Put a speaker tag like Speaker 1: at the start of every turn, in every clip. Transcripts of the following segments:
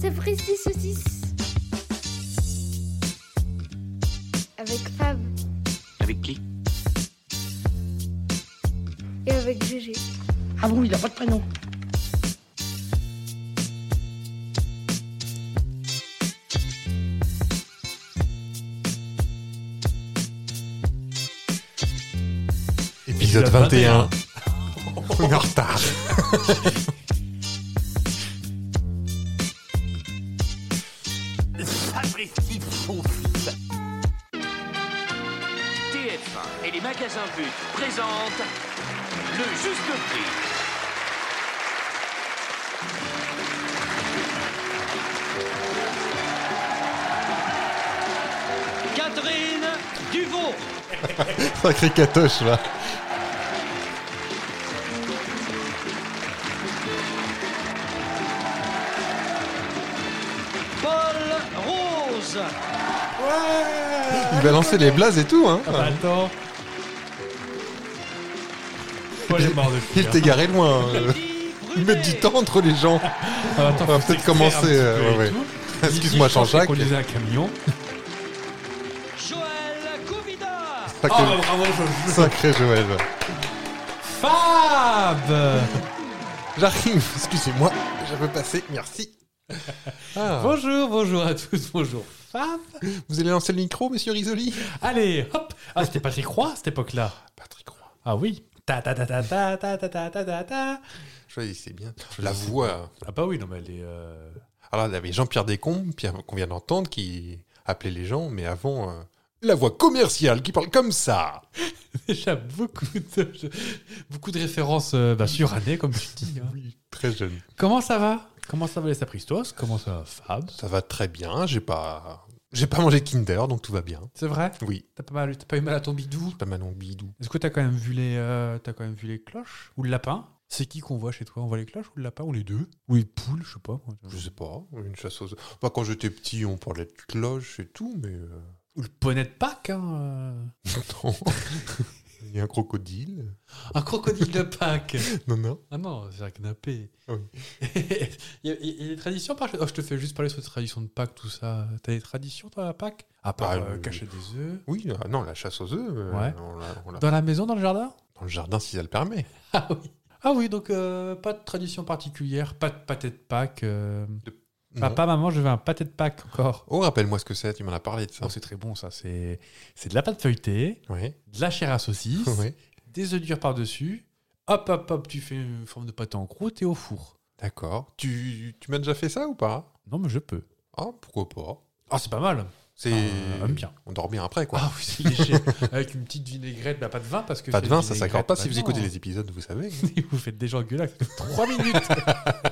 Speaker 1: C'est Fristy Saucisse. Avec Fab
Speaker 2: Avec qui
Speaker 1: et avec Gégé.
Speaker 3: Ah bon, il n'a pas de prénom.
Speaker 4: Épisode 21. On est en retard.
Speaker 5: TF1 et les magasins But présentent le juste prix. Catherine Duvaux.
Speaker 4: Sacré catoche, là.
Speaker 5: Paul Rose.
Speaker 4: Il balançait les blazes et tout, hein.
Speaker 6: Pas le temps. Paul est mort depuis.
Speaker 4: Il
Speaker 6: hein.
Speaker 4: t'est garé loin. hein.
Speaker 5: Guy
Speaker 4: Ils
Speaker 5: Brunet.
Speaker 4: mettent du temps entre les gens.
Speaker 6: Ah, attends,
Speaker 4: On va
Speaker 6: faut
Speaker 4: peut-être
Speaker 6: s'extraire
Speaker 4: commencer,
Speaker 6: un petit
Speaker 4: euh,
Speaker 6: peu et
Speaker 4: ouais,
Speaker 6: tout.
Speaker 4: ouais.
Speaker 6: Il dit,
Speaker 4: Excuse-moi,
Speaker 6: je pensais
Speaker 4: Jean-Jacques.
Speaker 6: qu'on disait un camion.
Speaker 5: Joël Covida.
Speaker 6: Oh,
Speaker 4: Sacré,
Speaker 6: bravo, je- je-
Speaker 4: sacré Joël.
Speaker 6: Fab
Speaker 4: J'arrive, excusez-moi. Je peux passer, merci. Ah.
Speaker 6: Bonjour, bonjour à tous, bonjour Fab.
Speaker 4: Vous allez lancer le micro, monsieur Risoli
Speaker 6: Allez, hop Ah, c'était Patrick Roy à cette époque-là.
Speaker 4: Patrick Roy.
Speaker 6: Ah oui. Ta ta ta ta ta ta ta ta ta ta ta.
Speaker 4: Je c'est bien. La voix.
Speaker 6: Ah bah oui, non mais elle est... euh,
Speaker 4: Alors, il y avait Jean-Pierre Descombes, puis qu'on vient d'entendre, qui appelait les gens, mais avant, euh, la voix commerciale qui parle comme ça.
Speaker 6: Déjà beaucoup de, je- beaucoup de références euh, bah, surannées, comme tu dis. hein.
Speaker 4: Oui, très jeune.
Speaker 6: Comment ça va Comment ça va les sapristos Comment ça va Fab
Speaker 4: Ça va très bien. J'ai pas, j'ai pas mangé de Kinder, donc tout va bien.
Speaker 6: C'est vrai
Speaker 4: Oui.
Speaker 6: T'as pas, mal- t'as pas eu mal à ton bidou
Speaker 4: Pas Manon Bidou.
Speaker 6: Est-ce que t'as quand même vu les, euh, t'as quand même vu les cloches ou le lapin C'est qui qu'on voit chez toi On voit les cloches ou le lapin ou les deux Ou les poules, je sais pas. moi.
Speaker 4: Je sais pas. Une chasseuse. Bah, quand j'étais petit, on parlait de cloche et tout, mais euh,
Speaker 6: Ou le poney de Pâques. Hein euh.
Speaker 4: non. Il y a un crocodile.
Speaker 6: Un crocodile de Pâques.
Speaker 4: Non, non.
Speaker 6: Ah non, c'est un canapé.
Speaker 4: Ah oui.
Speaker 6: il, y a, il y a des traditions par oh, Je te fais juste parler sur les traditions de Pâques, tout ça. T'as des traditions toi à Pâques À part
Speaker 4: Ah,
Speaker 6: euh,
Speaker 4: oui.
Speaker 6: cacher des œufs.
Speaker 4: Oui, ah non, la chasse aux œufs. euh,
Speaker 6: Ouais.
Speaker 4: on l'a- on l'a-
Speaker 6: Dans la maison, dans le jardin
Speaker 4: Dans le jardin, si ça le permet.
Speaker 6: Ah oui. Ah oui, donc euh, pas de tradition particulière, pas de pâté de Pâques. euh. Papa, maman, je veux un pâté de Pâques encore.
Speaker 4: Oh, rappelle-moi ce que c'est. Tu m'en as parlé de ça.
Speaker 6: Oh, c'est très bon ça, c'est c'est de la pâte feuilletée,
Speaker 4: Oui.
Speaker 6: de la chair à saucisse,
Speaker 4: Oui.
Speaker 6: des œufs durs par-dessus, hop hop hop, tu fais une forme de pâte en croûte et au four.
Speaker 4: D'accord. Tu, tu m'as déjà fait ça ou pas
Speaker 6: Non mais je peux.
Speaker 4: Ah, pourquoi pas
Speaker 6: Ah c'est pas mal.
Speaker 4: C'est.
Speaker 6: Ah, aime bien.
Speaker 4: On dort bien après, quoi.
Speaker 6: Ah oui, c'est léger. Avec une petite vinaigrette, bah, pas de vin parce que
Speaker 4: pas de
Speaker 6: c'est
Speaker 4: vin,
Speaker 6: une
Speaker 4: ça s'accorde
Speaker 6: vinaigrette.
Speaker 4: pas.
Speaker 6: Bah
Speaker 4: si vous
Speaker 6: non.
Speaker 4: écoutez les épisodes, vous savez.
Speaker 6: vous faites déjà engueulade, ça fait 3 minutes.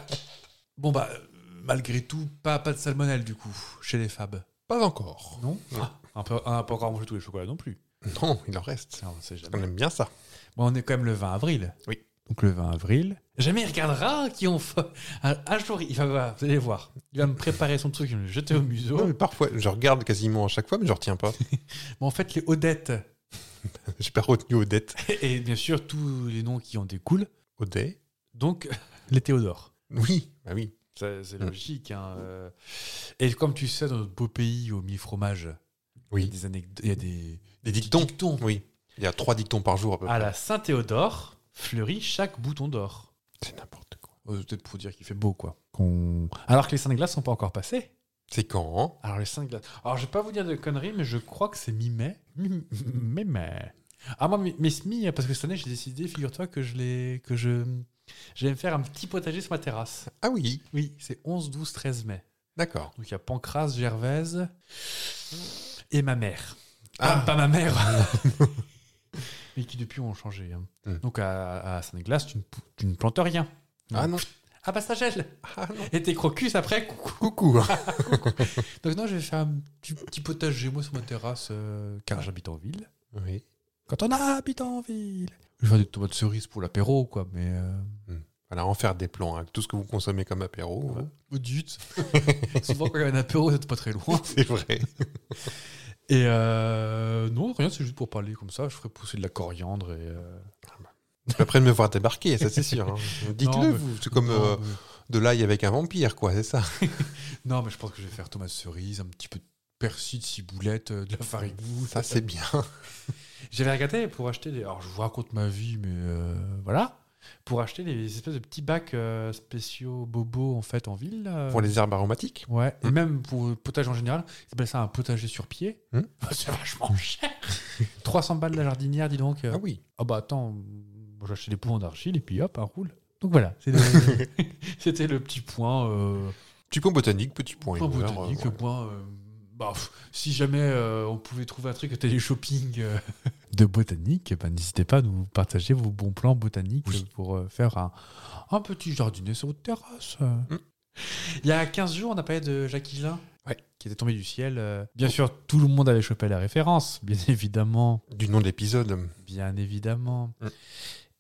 Speaker 6: bon bah euh, malgré tout, pas pas de salmonelle du coup chez les fabs.
Speaker 4: pas encore.
Speaker 6: Non. Ah, un peu un peu encore manger tous les chocolats non plus.
Speaker 4: Non, il en reste.
Speaker 6: Ça, on sait jamais.
Speaker 4: On aime bien ça.
Speaker 6: Bon, on est quand même le 20 avril.
Speaker 4: Oui.
Speaker 6: Donc le 20 avril. Jamais il regardera qui ont fait. Un, un jour, il va voir, vous allez voir. Il va me préparer son truc, il va me jeter au museau.
Speaker 4: Non, mais parfois, je regarde quasiment à chaque fois, mais je retiens pas.
Speaker 6: Bon, en fait, les Odettes,
Speaker 4: J'ai pas retenu Odette.
Speaker 6: et bien sûr, tous les noms qui en découlent,
Speaker 4: Odet
Speaker 6: donc les Théodore.
Speaker 4: Oui, bah oui.
Speaker 6: C'est c'est logique. hein, euh. Et comme tu sais, dans notre beau pays, au mille fromage, il y a
Speaker 4: Oui.
Speaker 6: des anecdotes. Il y a des
Speaker 4: Des
Speaker 6: petits
Speaker 4: dictons. Oui. Il y a trois dictons par jour à peu
Speaker 6: À
Speaker 4: près.
Speaker 6: la Saint-Théodore fleurit chaque bouton d'or.
Speaker 4: C'est n'importe quoi.
Speaker 6: Euh, Peut-être pour dire qu'il fait beau, quoi. Qu'on- Alors que les saints de glace sont pas encore passés.
Speaker 4: C'est quand hein
Speaker 6: Alors les 5 glaces. Alors je vais pas vous dire de conneries, mais je crois que c'est mi-mai. Mi- Mi-mai. Ah moi mes mes semis, parce que cette année j'ai décidé, figure-toi que je les que je j'allais me faire un petit potager sur ma terrasse.
Speaker 4: Ah oui,
Speaker 6: Oui, c'est 11, 12, 13 mai.
Speaker 4: d'accord.
Speaker 6: Donc il y a Pancras, Gervaise et ma mère. Pas,
Speaker 4: Ah,
Speaker 6: pas ma mère. mais qui depuis ont changé. hein.
Speaker 4: Hmm.
Speaker 6: Donc à, à Saint-Glace, tu, ne pou- tu ne plantes rien.
Speaker 4: ah non.
Speaker 6: Ah bah ça gèle.
Speaker 4: Ah non.
Speaker 6: Et tes crocus après, coucou.
Speaker 4: Coucou. hein.
Speaker 6: Donc non, je vais faire un petit, petit potager, moi, sur ma terrasse, euh, car j'habite en ville.
Speaker 4: oui.
Speaker 6: Quand on habite en ville Je vais faire des tomates cerises pour l'apéro, quoi, mais... Euh...
Speaker 4: Voilà, en faire des plans. hein. Tout ce que vous consommez comme apéro, hein.
Speaker 6: oh, zut. Souvent, quand il y a un apéro, c'est pas très loin.
Speaker 4: c'est vrai.
Speaker 6: Et euh, non, rien, c'est juste pour parler comme ça. Je ferai pousser de la coriandre et... euh,
Speaker 4: Après de me voir débarquer, ça c'est sûr. hein. Dites-le,
Speaker 6: Non, mais-
Speaker 4: vous. C'est comme
Speaker 6: non,
Speaker 4: euh,
Speaker 6: mais-
Speaker 4: de l'ail avec un vampire, quoi, c'est ça
Speaker 6: Non, mais je pense que je vais faire tomate cerise, un petit peu de persil, de ciboulette, euh, de la farine.
Speaker 4: Ça, c'est bien.
Speaker 6: J'avais regardé pour acheter des. Alors, je vous raconte ma vie, mais euh, voilà. Pour acheter des espèces de petits bacs euh, spéciaux bobos en fait en ville. là.
Speaker 4: Pour les herbes aromatiques
Speaker 6: Ouais, et
Speaker 4: Mm.
Speaker 6: même pour le potager en général, ils appellent ça un potager sur pied.
Speaker 4: Mm.
Speaker 6: Bah, c'est vachement cher. 300 balles la jardinière, dis donc.
Speaker 4: Ah oui.
Speaker 6: Ah bah attends, bon, j'ai acheté des points d'argile et puis hop, un roule. Donc voilà, c'est le- c'était le petit point, euh,
Speaker 4: Petit point botanique, petit point.
Speaker 6: point
Speaker 4: humeur,
Speaker 6: botanique,
Speaker 4: euh, ouais.
Speaker 6: point. euh, bah, pff, si jamais euh, on pouvait trouver un truc à télé-shopping euh, de botanique, eh ben, n'hésitez pas à nous partager vos bons plans botaniques
Speaker 4: Oui.
Speaker 6: euh, pour euh, faire un, un petit jardinet sur votre terrasse.
Speaker 4: Mm.
Speaker 6: Il y a 15 jours, on a parlé de Jacques Higelin.
Speaker 4: Ouais.
Speaker 6: Qui était tombé du ciel. euh. Bien sûr, tout le monde avait chopé la référence, bien évidemment.
Speaker 4: Du nom de l'épisode,
Speaker 6: Bien évidemment.
Speaker 4: Mm.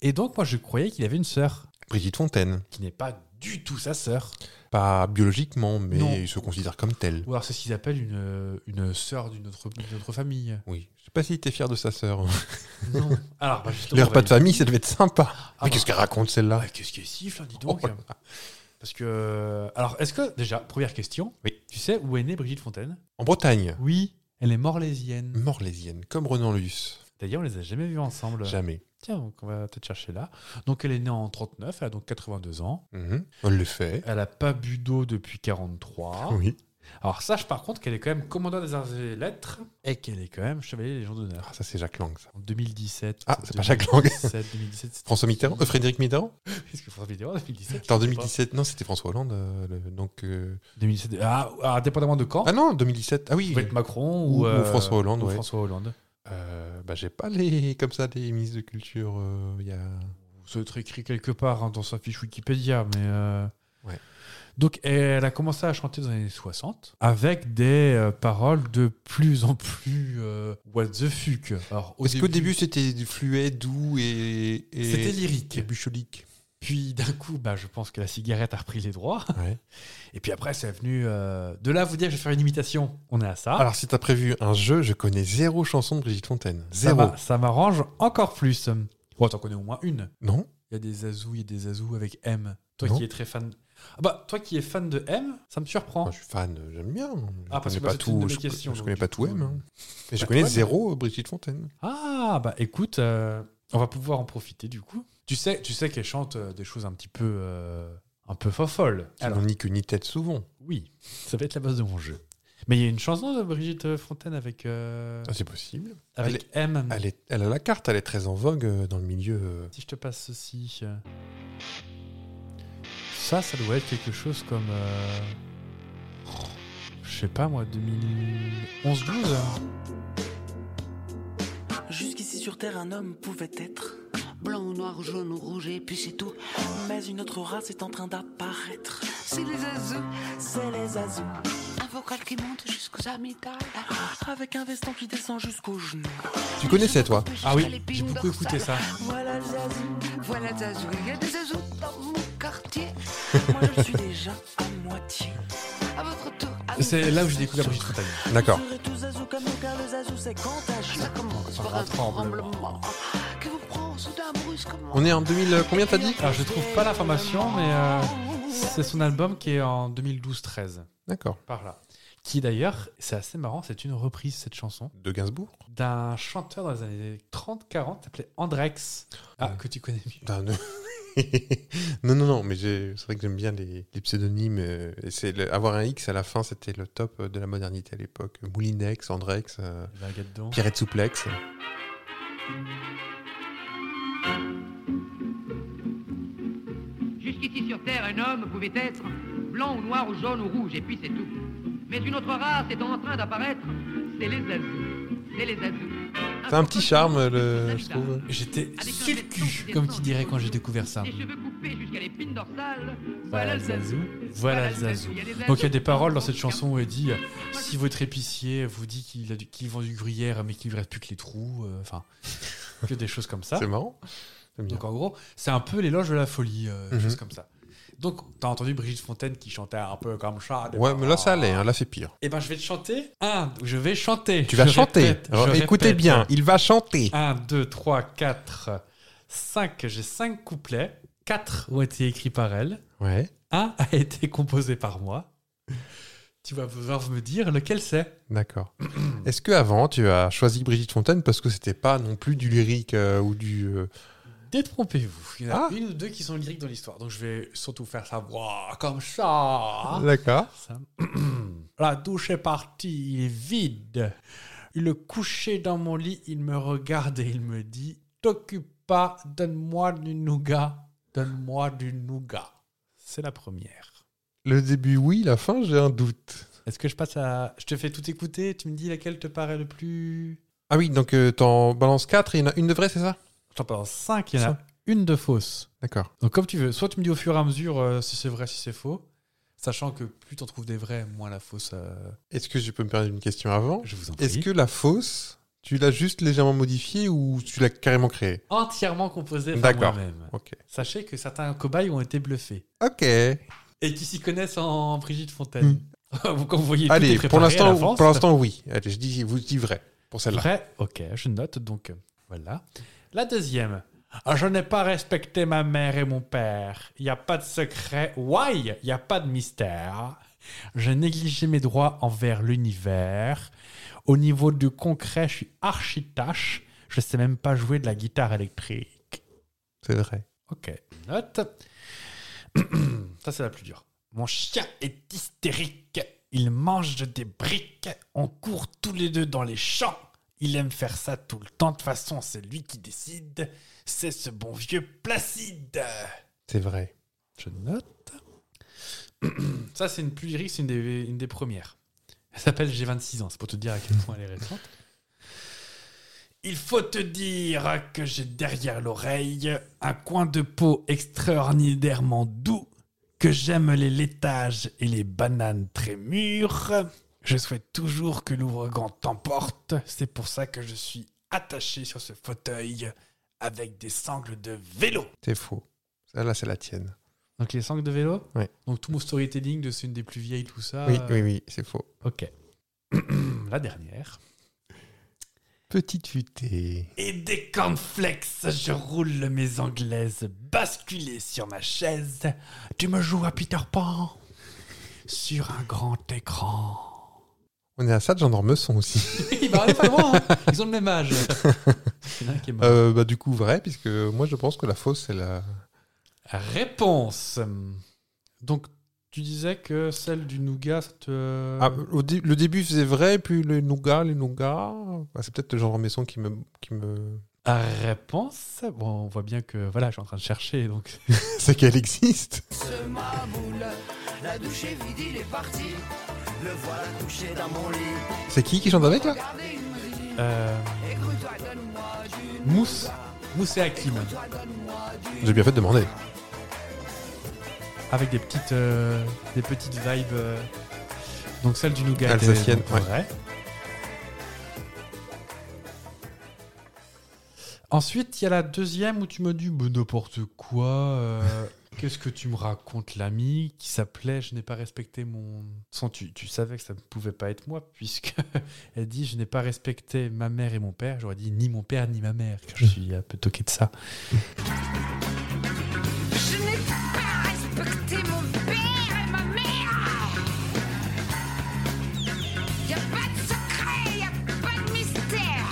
Speaker 6: Et donc, moi, je croyais qu'il avait une sœur,
Speaker 4: Brigitte Fontaine.
Speaker 6: qui n'est pas du tout sa sœur.
Speaker 4: Pas biologiquement, mais
Speaker 6: Non.
Speaker 4: il se considère comme tel.
Speaker 6: Ou alors, c'est ce qu'ils appellent une, une sœur d'une autre, d'une autre famille.
Speaker 4: Oui. Je sais pas si t'es fier de sa sœur.
Speaker 6: Non. alors, bah, justement,
Speaker 4: Les
Speaker 6: on va
Speaker 4: repas de
Speaker 6: y-
Speaker 4: famille, ça devait être sympa.
Speaker 6: Ah,
Speaker 4: mais qu'est-ce qu'elle raconte, celle-là
Speaker 6: Ouais, qu'est-ce qu'elle siffle, hein, dis donc.
Speaker 4: Oh
Speaker 6: Parce que. euh, Alors, est-ce que, déjà, première question.
Speaker 4: Oui.
Speaker 6: Tu sais où est née Brigitte Fontaine
Speaker 4: En Bretagne,
Speaker 6: Oui. Elle est
Speaker 4: Mhm.
Speaker 6: morlaisienne.
Speaker 4: morlaisienne, comme Renan Luce.
Speaker 6: D'ailleurs, on les a jamais vus ensemble.
Speaker 4: Jamais.
Speaker 6: Tiens, donc on va peut-être chercher là. Donc, elle est née en 39, elle a donc 82 ans.
Speaker 4: Mhm. On le fait.
Speaker 6: Elle a pas bu d'eau depuis 43.
Speaker 4: Oui.
Speaker 6: Alors sache par contre qu'elle est quand même commandant des arts et lettres et qu'elle est quand même chevalier des légion d'honneur.
Speaker 4: Ah, ça, c'est Jacques Lang, ça.
Speaker 6: En 2017.
Speaker 4: Ah, c'est pas Jacques Lang.
Speaker 6: 2017, 2017. c'était-
Speaker 4: François Mitterrand euh, Frédéric Mitterrand
Speaker 6: Est-ce que François Mitterrand en 2017
Speaker 4: C'était en
Speaker 6: je sais pas.
Speaker 4: 2017. Non, c'était François Hollande. euh, le- donc, euh,
Speaker 6: 2017. Ah, ah, dépendamment de quand
Speaker 4: Ah non, 2017. Ah oui.
Speaker 6: Ça peut être Macron
Speaker 4: Ou-
Speaker 6: ou,
Speaker 4: ou
Speaker 6: euh,
Speaker 4: François Hollande,
Speaker 6: ou
Speaker 4: ouais.
Speaker 6: François Hollande.
Speaker 4: Euh, bah, j'ai pas les comme ça des ministres de culture. euh, Il y a.
Speaker 6: Ça doit être écrit quelque part hein, dans sa fiche Wikipédia, mais. euh,
Speaker 4: Ouais.
Speaker 6: Donc, elle a commencé à chanter dans les années 60 avec des euh, paroles de plus en plus euh, what the fuck. Alors, au
Speaker 4: Est-ce qu'au début c'était fluet, doux et, et-
Speaker 6: c'était lyrique.
Speaker 4: et bucholique
Speaker 6: Puis d'un coup, bah, je pense que la cigarette a repris les droits.
Speaker 4: Ouais.
Speaker 6: Et puis après, c'est venu. euh, De là, à vous dire, je vais faire une imitation. On est à ça.
Speaker 4: Alors si t'as prévu un jeu, je connais zéro chanson de Brigitte Fontaine.
Speaker 6: ça
Speaker 4: Zéro.
Speaker 6: m'a- ça m'arrange encore plus. Bon, t'en connais au moins une.
Speaker 4: Non
Speaker 6: Il y a des Zazou, il y a des Zazou avec M. Toi
Speaker 4: Non.
Speaker 6: qui es très fan. Ah bah, toi qui es fan de M, ça me surprend.
Speaker 4: Moi, Je suis fan, euh, j'aime bien. Je
Speaker 6: Ah, parce
Speaker 4: connais
Speaker 6: que moi,
Speaker 4: pas
Speaker 6: c'était une de
Speaker 4: tout.
Speaker 6: mes
Speaker 4: Je,
Speaker 6: questions,
Speaker 4: je
Speaker 6: donc,
Speaker 4: connais
Speaker 6: du
Speaker 4: pas
Speaker 6: coup,
Speaker 4: tout, M. hein. Mais je
Speaker 6: bah,
Speaker 4: connais
Speaker 6: toi,
Speaker 4: zéro euh, Brigitte Fontaine.
Speaker 6: Ah, bah écoute, euh, on va pouvoir en profiter du coup. Tu sais, tu sais qu'elle chante euh, des choses un petit peu. euh, un peu fofolles.
Speaker 4: Alors ni queue ni tête souvent.
Speaker 6: oui, ça va être la base de mon jeu. Mais il y a une chanson de Brigitte Fontaine avec. euh,
Speaker 4: Ah, c'est possible.
Speaker 6: Avec M.
Speaker 4: Elle, est, elle a la carte, elle est très en vogue euh, dans le milieu. euh,
Speaker 6: Si je te passe ceci. euh, Ça, ça doit être quelque chose comme. euh, Je sais pas moi, 2011-12 hein.
Speaker 2: Jusqu'ici sur Terre, un homme pouvait être,
Speaker 7: Blanc, noir, jaune, rouge et puis c'est tout.
Speaker 2: mais une autre race est en train d'apparaître.
Speaker 7: C'est les azous,
Speaker 2: C'est les azous,
Speaker 7: un vocal qui monte jusqu'aux amygdales.
Speaker 2: avec un veston qui descend jusqu'aux genoux.
Speaker 4: Tu connaissais toi
Speaker 6: Ah oui, j'ai beaucoup écouté ça.
Speaker 2: Voilà les azous,
Speaker 7: Voilà des azous, il y a des azous dans mon quartier.
Speaker 2: moi je le suis déjà à moitié.
Speaker 7: À votre tour. à
Speaker 6: C'est
Speaker 7: vous.
Speaker 6: là où j'ai découvert Brigitte Fontagne.
Speaker 4: D'accord.
Speaker 2: Vous serez tous azous comme nous, car les azous c'est contagieux.
Speaker 7: Ça commence
Speaker 6: Par
Speaker 7: par
Speaker 6: un
Speaker 7: un
Speaker 6: tremblement.
Speaker 7: tremblement qui vous prend soudain brusquement.
Speaker 4: On est en 2000, euh, combien t'as dit
Speaker 6: Alors je trouve pas l'information, mais euh, c'est son album qui est en 2012-13,
Speaker 4: D'accord.
Speaker 6: par là. Qui d'ailleurs, c'est assez marrant, c'est une reprise cette chanson
Speaker 4: De Gainsbourg
Speaker 6: d'un chanteur dans les années 30-40 s'appelait Andrex. Ah, que tu connais mieux.
Speaker 4: Ah, non. non, non, non, mais j'ai- c'est vrai que j'aime bien les, les pseudonymes. euh, et c'est le- avoir un X à la fin, c'était le top euh, de la modernité à l'époque. Moulinex, Andrex, euh,
Speaker 6: Ben, regarde donc.
Speaker 4: Pierrette Souplex.
Speaker 8: Jusqu'ici sur Terre, un homme pouvait être blanc ou noir ou jaune ou rouge, et puis c'est tout. Mais une autre race est en train d'apparaître, c'est les azous. C'est les azous.
Speaker 4: C'est un petit charme, euh,
Speaker 6: Ah,
Speaker 4: le, je trouve.
Speaker 6: J'étais
Speaker 8: Avec un
Speaker 6: sur le
Speaker 8: veston qui
Speaker 6: cul, comme tu
Speaker 8: descend
Speaker 6: dirais quand j'ai
Speaker 8: jusqu'aux
Speaker 6: découvert ça.
Speaker 8: genoux, Des cheveux coupés jusqu'à l'épine dorsale.
Speaker 6: Voilà le Zazou. Voilà le Zazou.
Speaker 8: Il y a des
Speaker 6: Donc il y a
Speaker 8: Zazous
Speaker 6: des
Speaker 8: qui
Speaker 6: paroles dans
Speaker 8: sont
Speaker 6: cette
Speaker 8: en
Speaker 6: chanson où elle dit euh,
Speaker 8: Moi,
Speaker 6: si votre épicier vous dit qu'il a du- qu'il vend du gruyère mais qu'il lui reste plus que les trous, euh, enfin que des choses comme ça.
Speaker 4: C'est marrant. J'aime bien.
Speaker 6: Donc en gros, c'est un peu l'éloge de la folie, euh, des
Speaker 4: Mhm.
Speaker 6: choses comme ça. Donc t'as entendu Brigitte Fontaine qui chantait un peu comme ça.
Speaker 4: Ouais, mais là, ça allait. hein, là, c'est pire.
Speaker 6: Et ben je vais te chanter. Un, je vais chanter.
Speaker 4: Tu vas
Speaker 6: Je
Speaker 4: chanter.
Speaker 6: répète,
Speaker 4: Alors,
Speaker 6: je
Speaker 4: écoutez
Speaker 6: répète.
Speaker 4: bien, il va chanter.
Speaker 6: 1, 2, 3, 4, 5. J'ai 5 couplets. Quatre ont été écrits par elle.
Speaker 4: Ouais.
Speaker 6: Un a été composé par moi. Tu vas pouvoir me dire lequel c'est.
Speaker 4: D'accord. Est-ce que avant tu as choisi Brigitte Fontaine parce que c'était pas non plus du lyrique euh, ou du euh,
Speaker 6: Détrompez-vous. Il y en a
Speaker 4: Ah.
Speaker 6: une ou deux qui sont lyriques dans l'histoire. Donc je vais surtout faire ça Ouah, comme ça.
Speaker 4: D'accord.
Speaker 6: Ça. La douche est partie, il est vide. Le couché dans mon lit, il me regarde et il me dit T'occupe pas, donne-moi du nougat, donne-moi du nougat. C'est la première.
Speaker 4: Le début oui, la fin j'ai un doute.
Speaker 6: Est-ce que je passe à. Je te fais tout écouter, tu me dis laquelle te paraît le plus.
Speaker 4: Ah oui, donc euh, t'en balances 4 et il y en a une de vraie, c'est ça
Speaker 6: J'en parle 5, il y en a une de fausse.
Speaker 4: D'accord.
Speaker 6: Donc comme tu veux, soit tu me dis au fur et à mesure euh, si c'est vrai, si c'est faux, sachant que plus t'en trouves des vrais, moins la fausse. euh,
Speaker 4: Est-ce que je peux me permettre une question avant
Speaker 6: Je vous en
Speaker 4: Est-ce que la fausse, tu l'as juste légèrement modifiée ou tu l'as carrément créée
Speaker 6: Entièrement composé par
Speaker 4: D'accord.
Speaker 6: moi-même.
Speaker 4: Ok.
Speaker 6: Sachez que certains cobayes ont été bluffés.
Speaker 4: Ok.
Speaker 6: Et qui s'y connaissent en Brigitte Fontaine. Vous- Quand vous voyez, tout est
Speaker 4: Hmm. Allez,
Speaker 6: préparé
Speaker 4: pour
Speaker 6: à
Speaker 4: l'instant,
Speaker 6: l'avance.
Speaker 4: pour l'instant, oui. Allez, je dis, vous dis vrai pour celle-là.
Speaker 6: Vrai, ok, je note donc. euh, Voilà. La deuxième. Ah, Je n'ai pas respecté ma mère et mon père. Il n'y a pas de secret. Why Il n'y a pas de mystère. J'ai négligé mes droits envers l'univers. Au niveau du concret, je suis archi-tâche. Je ne sais même pas jouer de la guitare électrique.
Speaker 4: C'est vrai.
Speaker 6: Ok, note. Ça, c'est la plus dure. Mon chien est hystérique. Il mange des briques. On court tous les deux dans les champs. Il aime faire ça tout le temps. De toute façon, c'est lui qui décide. C'est ce bon vieux Placide.
Speaker 4: C'est vrai.
Speaker 6: Je note. Ça, c'est une plus lyrique, c'est une des, une des premières. Elle s'appelle J'ai 26 ans, c'est pour te dire à quel point elle est récente. Il faut te dire que j'ai derrière l'oreille un coin de peau extraordinairement doux, que j'aime les laitages et les bananes très mûres. Je souhaite toujours que l'ouragan t'emporte, c'est pour ça que je suis attaché sur ce fauteuil avec des sangles de vélo.
Speaker 4: C'est faux. Celle-là, c'est la tienne.
Speaker 6: Donc les sangles de vélo
Speaker 4: Oui.
Speaker 6: Donc tout mon storytelling de c'est une des plus vieilles, tout ça.
Speaker 4: Oui,
Speaker 6: euh,
Speaker 4: oui, oui, c'est faux.
Speaker 6: Ok. La dernière.
Speaker 4: Petite futée.
Speaker 6: Et des cornflakes, je roule mes anglaises basculées sur ma chaise. Tu me joues à Peter Pan sur un grand écran.
Speaker 4: On est à ça de gendarmeson aussi.
Speaker 6: Ils va pas loin, hein. ils ont le même âge. Il y en a un qui est mort.
Speaker 4: Euh, bah, du coup, vrai, puisque moi, je pense que la fausse, c'est la.
Speaker 6: Réponse. Donc tu disais que celle du nougat ça te...
Speaker 4: Ah, au dé- le début faisait vrai, puis le nougat, les nougats. Ah, c'est peut-être le gendarmeson qui me. Qui me...
Speaker 6: À réponse. Bon, on voit bien que voilà, je suis en train de chercher, donc
Speaker 4: c'est qu'elle existe.
Speaker 2: Ce maboule, la douche est vide, il est parti. Le voilà couché dans mon lit.
Speaker 4: C'est qui qui chante avec, là
Speaker 2: Regardez, il me dit
Speaker 6: Euh,
Speaker 2: Écoute-toi, donne-moi du.
Speaker 6: Mousse. Mousse et Hakim.
Speaker 2: Toi, donne-moi du.
Speaker 4: J'ai bien fait de demander.
Speaker 6: Avec des petites, euh, des petites vibes. euh. Donc celle du nougat. était
Speaker 4: Alsacienne,
Speaker 6: donc
Speaker 4: ouais.
Speaker 6: vraie. Ensuite, il y a la deuxième où tu me dis bah, n'importe quoi. euh, Qu'est-ce que tu me racontes, l'ami qui s'appelait Je n'ai pas respecté mon. Sans, tu, tu savais que ça ne pouvait pas être moi, puisque elle dit Je n'ai pas respecté ma mère et mon père. J'aurais dit ni mon père ni ma mère, car
Speaker 4: Hmm.
Speaker 6: je suis un peu toqué de ça.
Speaker 7: Je n'ai pas respecté mon père et ma mère. Y a pas de secret, y a pas de mystère.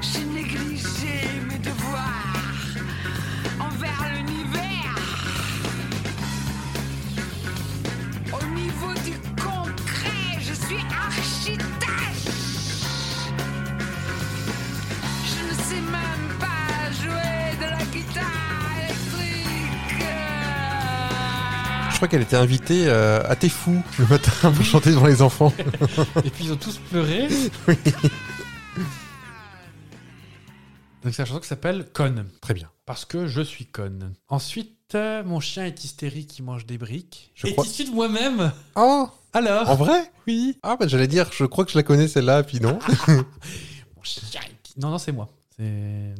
Speaker 7: J'ai négligé mes devoirs envers l'univers. Au niveau du concret, je suis architecte. Je ne sais même pas jouer de la guitare électrique.
Speaker 4: Je crois qu'elle était invitée euh, à T'es fou le matin pour chanter devant les enfants.
Speaker 6: Et puis ils ont tous pleuré. Donc c'est un chanson qui s'appelle Conne,
Speaker 4: Très bien.
Speaker 6: parce que je suis conne. Ensuite, euh, mon chien est hystérique, il mange des briques.
Speaker 4: Je
Speaker 6: Je et
Speaker 4: crois-
Speaker 6: issu de moi-même
Speaker 4: Oh
Speaker 6: Alors
Speaker 4: En vrai
Speaker 6: Oui
Speaker 4: Ah, bah, j'allais dire, je crois que je la connais celle-là, puis non.
Speaker 6: Mon chien est- Non, non, c'est moi. C'est...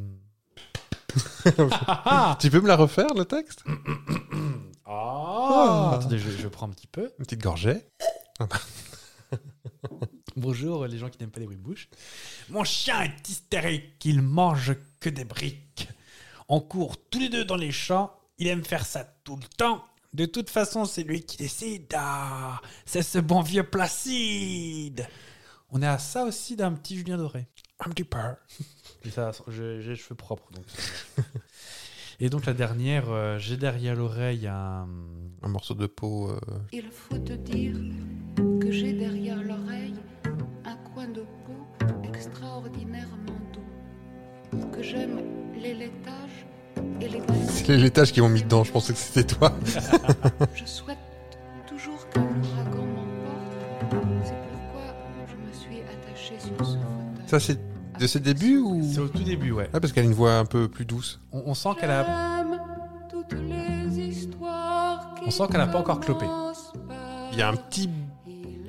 Speaker 4: tu peux me la refaire, le texte
Speaker 6: Ah. Attendez, je, je prends un petit peu.
Speaker 4: Une petite gorgée.
Speaker 6: Bonjour les gens qui n'aiment pas les bruits de bouche. Mon chien est hystérique, il mange que des briques.
Speaker 9: On court tous les deux dans les champs. Il aime faire ça tout le temps. De toute façon, c'est lui qui décide. Ah, c'est ce bon vieux Placide.
Speaker 6: On est à ça aussi d'un petit Julien Doré.
Speaker 9: Un petit peu.
Speaker 6: Et ça, je- j'ai les cheveux propres. donc. Et donc la dernière, euh, j'ai derrière l'oreille un.
Speaker 4: Un morceau de peau. euh,
Speaker 10: Il faut te dire que j'ai derrière l'oreille un coin de peau extraordinairement doux. Que j'aime les laitages et les bananes.
Speaker 4: C'est les laitages qui m'ont mis dedans. Je pensais que c'était toi.
Speaker 10: Je souhaite toujours qu'un ouragan m'emporte. C'est pourquoi je me suis attachée sur ce fauteuil.
Speaker 4: Ça, c'est de ses débuts ou
Speaker 6: C'est au tout début, ouais.
Speaker 4: Ah, parce qu'elle a une voix un peu plus douce.
Speaker 6: On, on sent qu'elle a.
Speaker 10: J'aime toutes les histoires qui
Speaker 6: On sent qu'elle a pas encore clopé.
Speaker 10: commencent par
Speaker 4: Il y a un petit,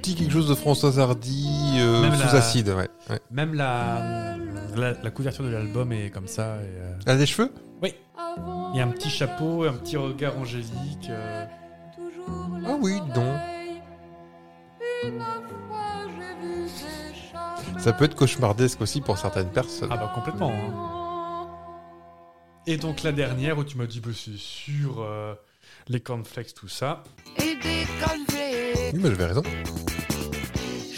Speaker 4: petit quelque chose de Françoise Hardy euh,
Speaker 6: Même
Speaker 4: sous
Speaker 6: la-
Speaker 4: acide. Ouais. ouais.
Speaker 6: Même la, la, la couverture de l'album est comme ça. et, euh,
Speaker 4: Elle a des cheveux
Speaker 6: Oui,
Speaker 10: avant
Speaker 6: il y a un petit chapeau, un petit regard angélique. euh,
Speaker 10: toujours
Speaker 4: Ah oui, dis donc.
Speaker 10: l'oreille. Une fois j'ai vu s'échapper
Speaker 4: Ça peut être cauchemardesque aussi pour certaines personnes.
Speaker 6: Ah bah complètement. hein. Et donc la dernière où tu m'as dit, bah, c'est sûr, euh, les cornflakes, tout ça.
Speaker 7: Et des
Speaker 4: Oui,
Speaker 7: cornflakes,
Speaker 4: mais j'avais raison.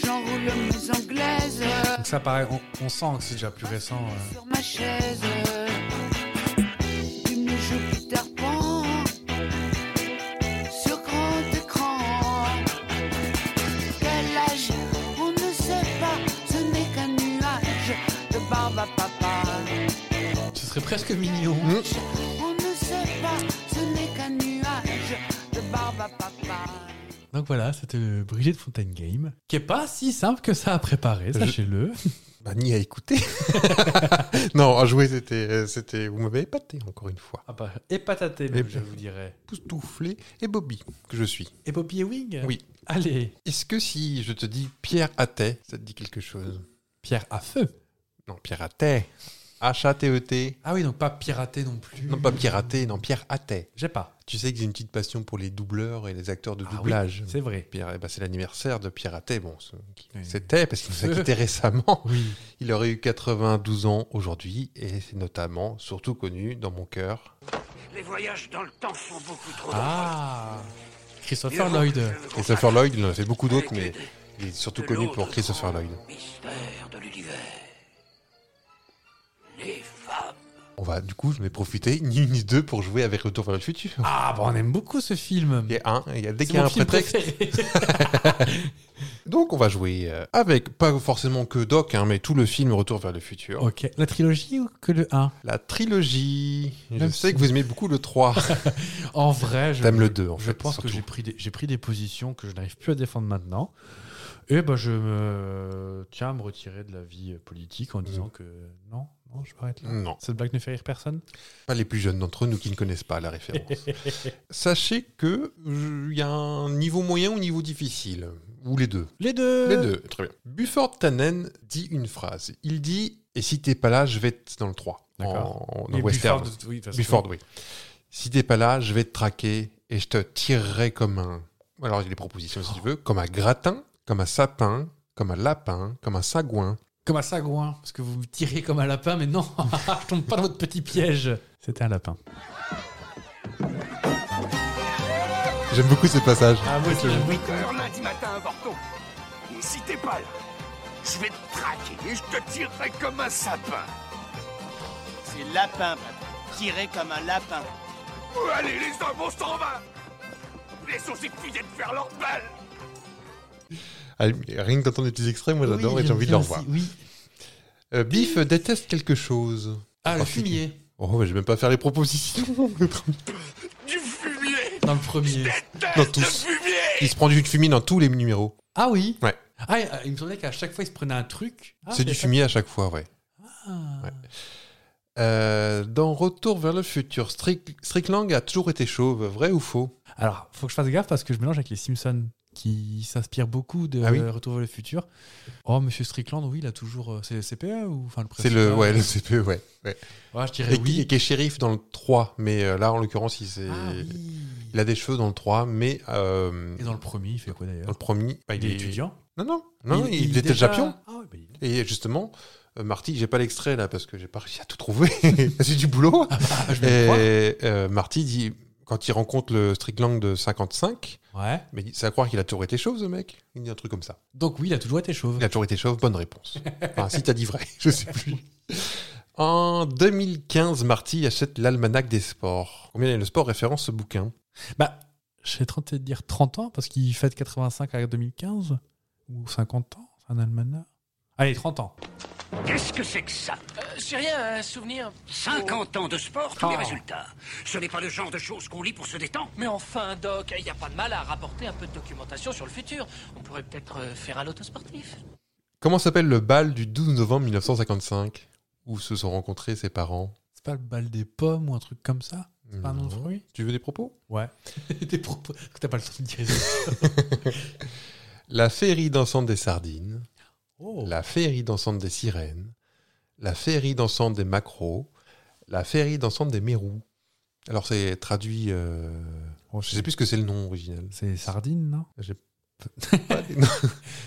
Speaker 7: j'enroule mes anglaises
Speaker 6: Donc ça pareil, on, on sent que c'est déjà plus récent. euh.
Speaker 7: sur ma chaise. Du mieux je d'arpent sur grand écran. Quel âge on ne sait pas, ce n'est qu'un nuage de barbe à papa.
Speaker 6: Ce serait presque mignon.
Speaker 4: Mm.
Speaker 7: On ne sait pas, ce n'est qu'un nuage de barbe à papa.
Speaker 6: Donc voilà, c'était le Brigitte Fontaine Game, qui est pas si simple que ça à préparer, sachez-le.
Speaker 4: Bah, ni à écouter. non, à jouer, c'était. euh, c'était Vous m'avez épaté, encore une fois.
Speaker 6: Ah bah, et pataté,
Speaker 4: Et
Speaker 6: même, je
Speaker 4: puis-
Speaker 6: vous dirais.
Speaker 4: Poustouflé et Bobby, que je suis.
Speaker 6: Et Poppy Ewing
Speaker 4: Oui.
Speaker 6: Allez,
Speaker 4: Est-ce que si je te dis Pierre Attet, ça te dit quelque chose
Speaker 6: Pierre à feu.
Speaker 4: Non, Pierre Attet. H-A-T-E-T.
Speaker 6: Ah oui, donc pas pirater non plus.
Speaker 4: E Non, pas Pierre Attet, non, Pierre Attet.
Speaker 6: J'ai pas.
Speaker 4: Tu sais que j'ai une petite passion pour les doubleurs et les acteurs de
Speaker 6: Ah oui,
Speaker 4: doublage.
Speaker 6: C'est vrai.
Speaker 4: Pierre- eh ben, c'est l'anniversaire de Pierre Attet, bon, ce- qui-
Speaker 6: Oui.
Speaker 4: c'était parce qu'il nous a quittés récemment.
Speaker 6: Oui.
Speaker 4: Il aurait eu 92 ans aujourd'hui et c'est notamment, surtout connu dans mon cœur,
Speaker 5: Les voyages dans le temps sont beaucoup trop
Speaker 6: Ah Christopher Lloyd.
Speaker 4: Christopher Lloyd. Il en a fait beaucoup d'autres, mais il est surtout connu pour Christopher Lloyd.
Speaker 5: Mystère de l'univers. Les femmes.
Speaker 4: On va du coup, je vais profiter ni une ni deux pour jouer avec Retour vers le futur.
Speaker 6: Ah, bah on aime beaucoup ce film.
Speaker 4: Il y a un, il y a, dès
Speaker 6: C'est
Speaker 4: qu'il y a
Speaker 6: mon
Speaker 4: un
Speaker 6: film
Speaker 4: prétexte.
Speaker 6: préféré.
Speaker 4: Donc on va jouer euh, avec, pas forcément que Doc, hein, mais tout le film Retour vers le futur.
Speaker 6: ok. La trilogie ou que le 1
Speaker 4: La trilogie. je
Speaker 6: Même
Speaker 4: sais
Speaker 6: si-
Speaker 4: que vous aimez beaucoup le 3.
Speaker 6: En vrai, je,
Speaker 4: T'aimes le 2, en
Speaker 6: je
Speaker 4: fait,
Speaker 6: pense
Speaker 4: surtout.
Speaker 6: que j'ai pris, des, j'ai pris des positions que je n'arrive plus à défendre maintenant. Et bah je me tiens à me retirer de la vie politique en
Speaker 4: Mm.
Speaker 6: disant que non, non, je m'arrête là.
Speaker 4: non.
Speaker 6: Cette blague ne fait rire personne
Speaker 4: Pas les plus jeunes d'entre nous qui ne connaissent pas la référence. Sachez que euh, il y a un niveau moyen ou niveau difficile. Ou les deux.
Speaker 6: Les deux
Speaker 4: Les deux, très bien. Bufford Tannen dit une phrase. Il dit Et si t'es pas là, je vais être dans le 3.
Speaker 6: D'accord.
Speaker 4: En, en-
Speaker 6: Et
Speaker 4: en western.
Speaker 6: Buford, oui, parce que-
Speaker 4: Bufford, oui. Si t'es pas là, je vais te traquer et je te tirerai comme un. Alors, il y a des propositions si tu veux. Comme un gratin, comme un sapin, comme un lapin, comme un sagouin.
Speaker 6: Comme un sagouin, parce que vous me tirez comme un lapin, mais non, je tombe pas dans votre petit piège. C'était un lapin.
Speaker 4: J'aime beaucoup ce passage.
Speaker 6: Ah, moi, c'est
Speaker 5: Heure lundi matin à Bordeaux. Et si t'es pas là, je vais te traquer et je te tirerai comme un sapin.
Speaker 2: C'est lapin, papa. Tiré comme un lapin.
Speaker 5: Allez, les hommes, on s'en va Laissons ces fillets de faire leur balle
Speaker 4: Ah, Rien que d'entendre des petits extraits, moi j'adore et j'ai envie de le revoir.
Speaker 6: Oui.
Speaker 4: Euh, Biff déteste quelque chose.
Speaker 6: Ah, le
Speaker 4: Parce que-
Speaker 6: fumier.
Speaker 4: Oh, mais je vais même pas faire les propositions.
Speaker 5: Du fumier
Speaker 6: Dans le premier.
Speaker 4: Dans
Speaker 5: Le
Speaker 4: tous.
Speaker 5: fumier
Speaker 4: Il se prend du fumier dans tous les numéros.
Speaker 6: Ah oui
Speaker 4: Ouais.
Speaker 6: Ah, et, euh, il me semblait qu'à chaque fois, il se prenait un truc. Ah,
Speaker 4: C'est du
Speaker 6: ça.
Speaker 4: fumier à chaque fois, ouais.
Speaker 6: Ah.
Speaker 4: Ouais. Euh, dans Retour vers le futur, Strick- Strickland a toujours été chauve, vrai ou faux
Speaker 6: Alors, faut que je fasse gaffe parce que je mélange avec les Simpsons qui s'inspirent beaucoup de
Speaker 4: Ah oui
Speaker 6: euh, Retour vers le futur. Oh, Monsieur Strickland, oui, il a toujours. euh, C'est le CPE ou enfin le
Speaker 4: C'est le,
Speaker 6: principal
Speaker 4: ouais, le CPE, ouais.
Speaker 6: Ouais, je dirais
Speaker 4: Et, qui,
Speaker 6: oui.
Speaker 4: et qui est shérif dans le 3, mais euh, là en l'occurrence, il, s'est-
Speaker 6: Ah oui.
Speaker 4: il a des cheveux dans le 3, mais euh,
Speaker 6: Et dans le premier, il fait quoi
Speaker 4: dans le
Speaker 6: d'ailleurs
Speaker 4: premier, bah,
Speaker 6: Il est étudiant.
Speaker 4: Non, non, non, il,
Speaker 6: est
Speaker 4: était déjà pion.
Speaker 6: Ah oui, bah, il-
Speaker 4: Et justement, euh, Marty, j'ai pas l'extrait là parce que j'ai pas réussi à tout trouver. C'est du boulot.
Speaker 6: Ah, je vais le
Speaker 4: Et euh, Marty dit, quand il rencontre le Strickland de 55,
Speaker 6: Ouais.
Speaker 4: mais il- c'est à croire qu'il a toujours été chauve, ce mec. Il dit un truc comme ça.
Speaker 6: Donc oui, il a toujours été chauve.
Speaker 4: Il a toujours été chauve, bonne réponse. Enfin, si t'as dit vrai, je sais plus. En 2015, Marty achète l'Almanach des sports. Combien est le sport référence ce bouquin
Speaker 6: Bah, je vais tenter de dire 30 ans parce qu'il fête 85 à 2015 ou 50 ans, c'est un almanach. Allez, 30 ans.
Speaker 2: Qu'est-ce que c'est que ça
Speaker 11: Euh, C'est rien, un souvenir.
Speaker 2: 50 ans de sport, tous les
Speaker 11: Oh.
Speaker 2: résultats. Ce n'est pas le genre de choses qu'on lit pour se détendre.
Speaker 11: Mais enfin, Doc, il n'y a pas de mal à rapporter un peu de documentation sur le futur. On pourrait peut-être euh, faire un loto sportif.
Speaker 4: Comment s'appelle le bal du 12 novembre 1955 où se sont rencontrés ses parents
Speaker 6: C'est pas le bal des pommes ou un truc comme ça C'est pas un nom de
Speaker 4: Non.
Speaker 6: fruit
Speaker 4: Tu veux des propos
Speaker 6: Ouais. Des propos. Est-ce que T'as pas le temps de dire
Speaker 4: La féerie dansante des sardines,
Speaker 6: Oh.
Speaker 4: la féerie dansante des sirènes, la féerie dansante des maquereaux, la féerie dansante des mérous. Alors c'est traduit, euh,
Speaker 6: Oh,
Speaker 4: je sais plus ce que c'est le nom original.
Speaker 6: C'est sardine, non
Speaker 4: J'ai pas les- non,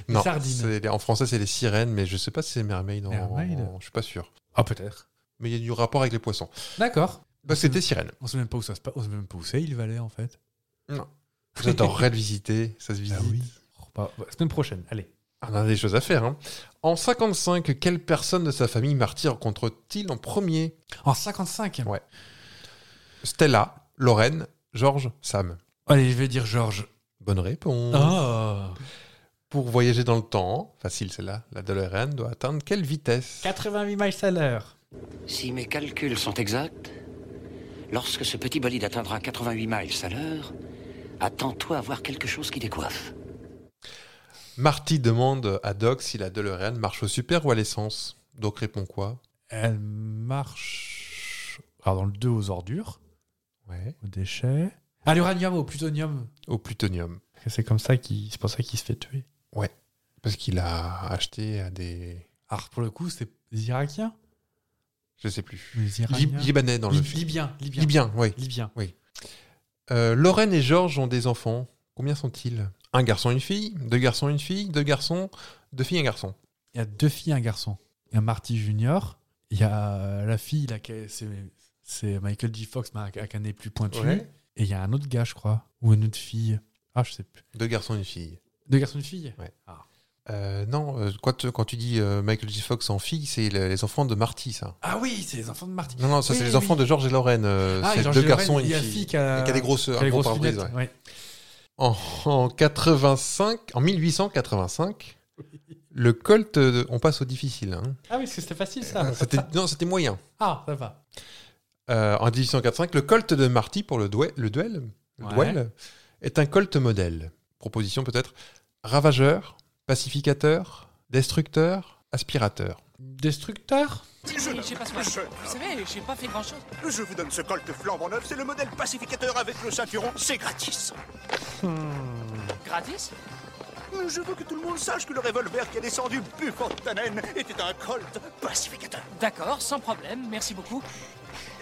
Speaker 6: Les
Speaker 4: Non,
Speaker 6: sardines.
Speaker 4: c'est- en français c'est les sirènes, mais je sais pas si c'est mermaid. En,
Speaker 6: Mermaid
Speaker 4: en- je suis pas sûr.
Speaker 6: Ah, peut-être.
Speaker 4: Mais il y a du rapport avec les poissons.
Speaker 6: D'accord.
Speaker 4: Bah, c'était sirène.
Speaker 6: On sait même pas où ça se passe. On sait même pas où c'est, il valait en fait.
Speaker 4: J'adorerais le visiter, ça se visite.
Speaker 6: Oh, bah, bah, semaine prochaine, allez.
Speaker 4: On a des choses à faire. hein. En 55, quelle personne de sa famille Marty rencontre-t-il en premier
Speaker 6: En 55
Speaker 4: Ouais. Stella, Lorraine, Georges, Sam.
Speaker 6: Allez, je vais dire Georges.
Speaker 4: Bonne réponse.
Speaker 6: Oh
Speaker 4: Pour voyager dans le temps, facile celle-là, la DeLorean doit atteindre quelle vitesse
Speaker 6: 88 miles à l'heure.
Speaker 2: Si mes calculs sont exacts, lorsque ce petit bolide atteindra 88 miles à l'heure, attends-toi à voir quelque chose qui décoiffe.
Speaker 4: Marty demande à Doc si la DeLorean marche au super ou à l'essence. Doc répond quoi
Speaker 6: Elle marche. Alors, dans le 2 aux ordures,
Speaker 4: Ouais.
Speaker 6: aux déchets. À Ah, l'uranium, au plutonium.
Speaker 4: Au plutonium.
Speaker 6: C'est comme ça qu'il. C'est pour ça qu'il se fait tuer.
Speaker 4: Parce qu'il a acheté à des...
Speaker 6: Alors, pour le coup, c'est les Irakiens
Speaker 4: Je sais plus.
Speaker 6: Les
Speaker 4: Lib-
Speaker 6: Iraniens.
Speaker 4: Libanais dans le
Speaker 6: Lib-
Speaker 4: film.
Speaker 6: Libyens. Libyens.
Speaker 4: Libyen, oui.
Speaker 6: Libyens.
Speaker 4: Euh, Lorraine et Georges ont des enfants. Combien sont-ils Un garçon, une fille, deux garçons, une fille, deux garçons, deux filles, un garçon.
Speaker 6: Il y a deux filles, un garçon. Il y a Marty Junior. Il y a la fille, là, qui est- c'est, c'est Michael G. Fox, mais avec avec un nez plus pointu.
Speaker 4: Ouais.
Speaker 6: Et il y a un autre gars, je crois. Ou une autre fille. Ah, je sais plus.
Speaker 4: Deux garçons, une fille.
Speaker 6: Deux garçons, une fille
Speaker 4: Ouais.
Speaker 6: Ah.
Speaker 4: Euh, non, euh, quand, tu- quand tu dis euh, Michael J. Fox en fille, c'est le- les enfants de Marty, ça.
Speaker 6: Ah oui, c'est les enfants de Marty.
Speaker 4: Non, non, ça,
Speaker 6: Oui,
Speaker 4: c'est les
Speaker 6: oui,
Speaker 4: enfants
Speaker 6: oui.
Speaker 4: de Georges et Lorraine. euh,
Speaker 6: Ah,
Speaker 4: c'est
Speaker 6: Georges
Speaker 4: deux
Speaker 6: Lorraine,
Speaker 4: garçons et une
Speaker 6: il y a euh, la
Speaker 4: fille.
Speaker 6: qui a,
Speaker 4: Et qui a des grosses-
Speaker 6: qui a
Speaker 4: un
Speaker 6: des
Speaker 4: gros
Speaker 6: grosses
Speaker 4: pare-brise,
Speaker 6: lunettes,
Speaker 4: ouais.
Speaker 6: ouais.
Speaker 4: En, en 85, en 1885, le Colt, euh, on passe au difficile. hein.
Speaker 6: Ah oui, parce que c'était facile, ça.
Speaker 4: Euh, C'était- non, c'était moyen.
Speaker 6: Ah, ça va.
Speaker 4: Euh, en 1885, le Colt de Marty pour le, due- le duel, le
Speaker 6: Ouais.
Speaker 4: duel est un Colt modèle. Proposition peut-être ravageur, pacificateur, destructeur, aspirateur.
Speaker 6: Destructeur
Speaker 11: Je sais pas ce que Vous savez, j'ai pas fait grand-chose.
Speaker 5: Je vous donne ce colt flambant neuf, c'est le modèle pacificateur avec le ceinturon, c'est gratis.
Speaker 11: Gratis
Speaker 5: Mais Je veux que tout le monde sache que le revolver qui est descendu Bufontanen était un colt pacificateur.
Speaker 11: D'accord, sans problème, merci beaucoup.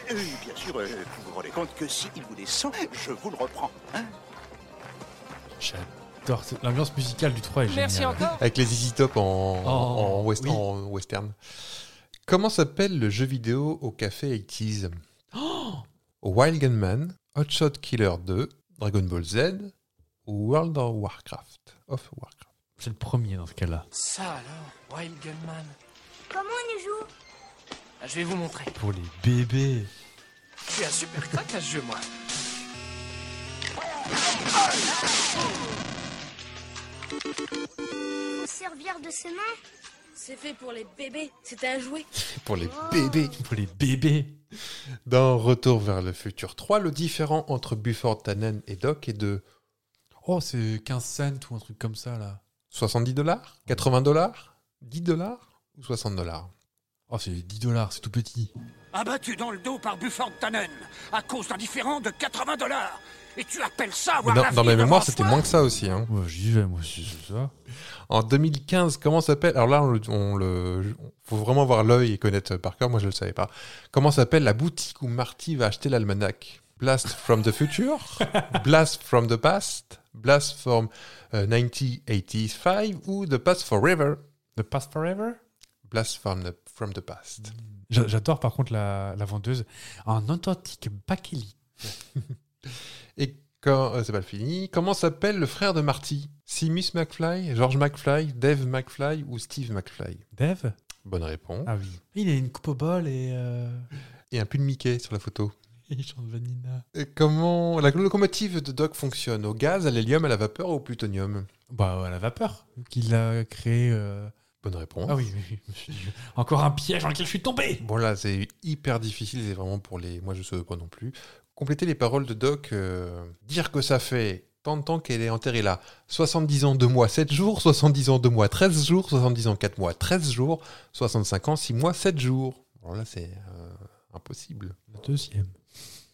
Speaker 5: Et bien sûr, euh, vous vous rendez compte que si il vous descend, je vous le reprends.
Speaker 6: J'adore ce- l'ambiance musicale du 3 est géniale.
Speaker 11: Merci encore.
Speaker 4: Avec les Easy Top en, en west-
Speaker 6: Oh, oui.
Speaker 4: en western. Comment s'appelle le jeu vidéo au café 80s Wild Gunman, Hot Shot Killer 2, Dragon Ball Z ou World of Warcraft Of Warcraft.
Speaker 6: C'est le premier dans ce cas-là.
Speaker 11: Ça alors, Wild Gunman.
Speaker 1: Comment on y joue
Speaker 11: Je vais vous montrer.
Speaker 6: Pour les bébés.
Speaker 11: Je suis un super crack à ce jeu, moi.
Speaker 1: Faut se servir de ses mains C'est fait pour les bébés, c'est un jouet.
Speaker 4: Pour les bébés
Speaker 6: Pour les bébés.
Speaker 4: Dans Retour vers le futur 3, le différent entre Buford Tannen et Doc est de
Speaker 6: Oh, c'est 15 cents ou un truc comme ça, là.
Speaker 4: 70 dollars, 80 dollars, 10 dollars ou 60 dollars.
Speaker 6: Oh, c'est 10 dollars, c'est tout petit.
Speaker 2: Abattu dans le dos par Bufford Tannen, à cause d'un différent de 80 dollars. Et tu appelles ça
Speaker 4: Mais
Speaker 2: avoir
Speaker 4: Dans,
Speaker 2: la
Speaker 4: dans
Speaker 2: vie
Speaker 4: mes mémoires,
Speaker 2: devant
Speaker 4: c'était
Speaker 2: soi
Speaker 4: moins que ça aussi. hein.
Speaker 6: Moi, j'y vais, moi, c'est c'est ça.
Speaker 4: En 2015, comment s'appelle Alors là, on le, on le- faut vraiment avoir l'œil et connaître par cœur. Moi, je ne le savais pas. Comment s'appelle la boutique où Marty va acheter l'almanach Blast from the future, Blast from the past, Blast from euh, 1985 ou The Past Forever
Speaker 6: The Past Forever
Speaker 4: Blast from the from the past.
Speaker 2: Mm.
Speaker 6: J'a- J'adore par contre la, la vendeuse en authentique Bakeli.
Speaker 4: Et quand euh, c'est pas fini, comment s'appelle le frère de Marty Si Miss McFly, George McFly, Dave McFly ou Steve McFly
Speaker 6: Dev
Speaker 4: Bonne réponse.
Speaker 6: Ah oui. Il a une coupe au bol et, euh,
Speaker 4: Et un pull Mickey sur la photo.
Speaker 6: il chante Vanina.
Speaker 4: Et comment la locomotive de Doc fonctionne Au gaz, à l'hélium, à la vapeur ou au plutonium
Speaker 6: Bah, à la vapeur qu'il a créé. euh,
Speaker 4: Bonne réponse.
Speaker 6: Ah oui, oui, oui, je me suis dit, encore un piège dans lequel je suis tombé.
Speaker 4: Bon là, c'est hyper difficile, c'est vraiment pour les... Moi, je ne sais pas non plus. Compléter les paroles de Doc, euh, dire que ça fait tant de temps qu'elle est enterrée là. 70 ans, 2 mois, 7 jours, 70 ans, 2 mois, 13 jours, 70 ans, 4 mois, 13 jours, 65 ans, 6 mois, 7 jours. Alors là, c'est euh, impossible.
Speaker 6: Deuxième.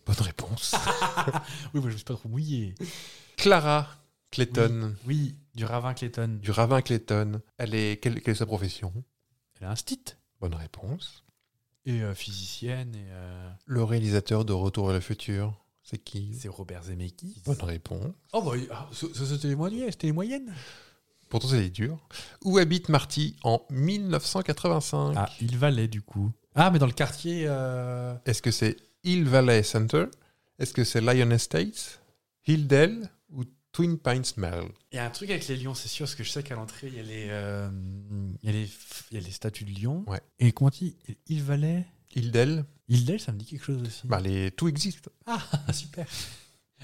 Speaker 4: Bonne réponse.
Speaker 6: Oui, mais je me suis pas trop mouillé.
Speaker 4: Clara Clayton,
Speaker 6: Oui, du ravin Clayton.
Speaker 4: du ravin Clayton. Elle est... Quelle, quelle est sa profession
Speaker 6: Elle a un stit.
Speaker 4: Bonne réponse.
Speaker 6: Et euh, physicienne. Et, euh,
Speaker 4: Le réalisateur de Retour vers le futur, c'est qui
Speaker 6: c'est Robert Zemeckis.
Speaker 4: Bonne réponse.
Speaker 6: Oh, bah, ah, ça, ça, c'était les moyennes. C'était les moyennes.
Speaker 4: Pourtant, c'est dur. Où habite Marty en 1985
Speaker 6: Ah, il valait du coup. Ah, mais dans le quartier. euh,
Speaker 4: Est-ce que c'est Hill Valley Center Est-ce que c'est Lion Estates Hilldale Ou Twin Pines Mall
Speaker 6: Il y a un truc avec les lions, c'est sûr, parce que je sais qu'à l'entrée, il y a les, euh, il y a les, f- il y a les statues de lions.
Speaker 4: Ouais.
Speaker 6: Et comment on dit Il valait.
Speaker 4: Hilldale
Speaker 6: Il ça me dit quelque chose aussi.
Speaker 4: bah, les... Tout existe.
Speaker 6: Ah, super.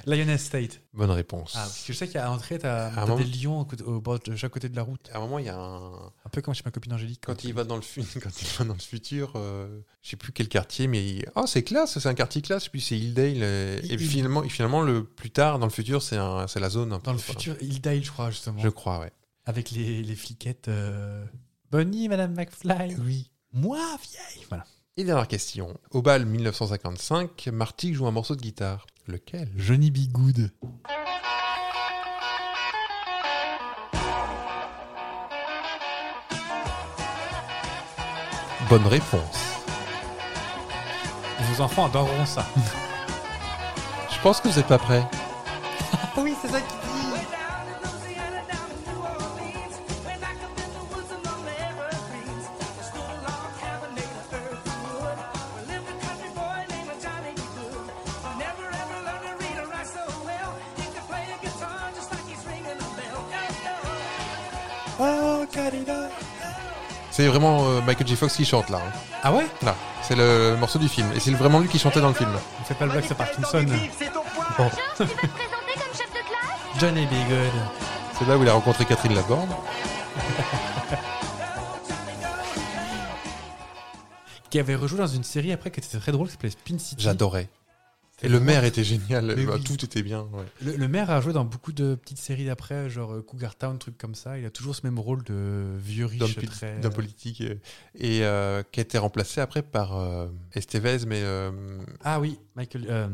Speaker 6: Lioness State.
Speaker 4: Bonne réponse.
Speaker 6: Ah, parce que je sais qu'à l'entrée, t'as
Speaker 4: un
Speaker 6: t'as
Speaker 4: moment-
Speaker 6: des lions au côté- au bord de chaque côté de la route.
Speaker 4: À un moment, il y a un...
Speaker 6: Un peu comme chez ma copine Angélique.
Speaker 4: Quand il va dans le, fu- quand il va dans le futur, euh, je sais plus quel quartier, mais il- oh, c'est classe, c'est un quartier classe, puis c'est Hilldale. euh, Et,
Speaker 6: Il-
Speaker 4: finalement, et finalement le plus tard, dans le futur, c'est un... c'est la zone. un peu-
Speaker 6: Dans le futur, il je crois, justement.
Speaker 4: Je crois, ouais.
Speaker 6: Avec les, les fliquettes. euh, Bonnie, Madame McFly. Oui. Moi, vieille. Voilà.
Speaker 4: Et dernière question. Au bal 1955, Marty joue un morceau de guitare. Lequel
Speaker 6: Johnny B. Good.
Speaker 4: Bonne réponse.
Speaker 6: Vos enfants adoreront ça.
Speaker 4: Je pense que vous n'êtes pas prêts.
Speaker 6: oui, c'est ça qu'il dit.
Speaker 4: C'est vraiment euh, Michael J. Fox qui chante là. hein.
Speaker 6: Ah ouais
Speaker 4: Là, c'est le morceau du film. Et c'est vraiment lui qui chantait dans le film.
Speaker 6: On fait pas le blague, c'est Parkinson.
Speaker 1: Georges, tu vas te présenter comme chef de classe
Speaker 6: Johnny B. Good.
Speaker 4: C'est là où il a rencontré Catherine Laborde.
Speaker 6: qui avait rejoué dans une série après qui était très drôle qui s'appelait Spin City.
Speaker 4: J'adorais. Et le maire était génial.
Speaker 6: Mais
Speaker 4: Bah,
Speaker 6: oui.
Speaker 4: Tout était bien. ouais.
Speaker 6: Le, le maire a joué dans beaucoup de petites séries d'après, genre euh, Cougar Town, truc comme ça. Il a toujours ce même rôle de vieux
Speaker 4: D'homme
Speaker 6: riche
Speaker 4: poli-
Speaker 6: très.
Speaker 4: d'homme politique. euh, Et euh, qui a été remplacé après par euh, Estevez, mais. euh,
Speaker 6: Ah oui, Michael. Euh,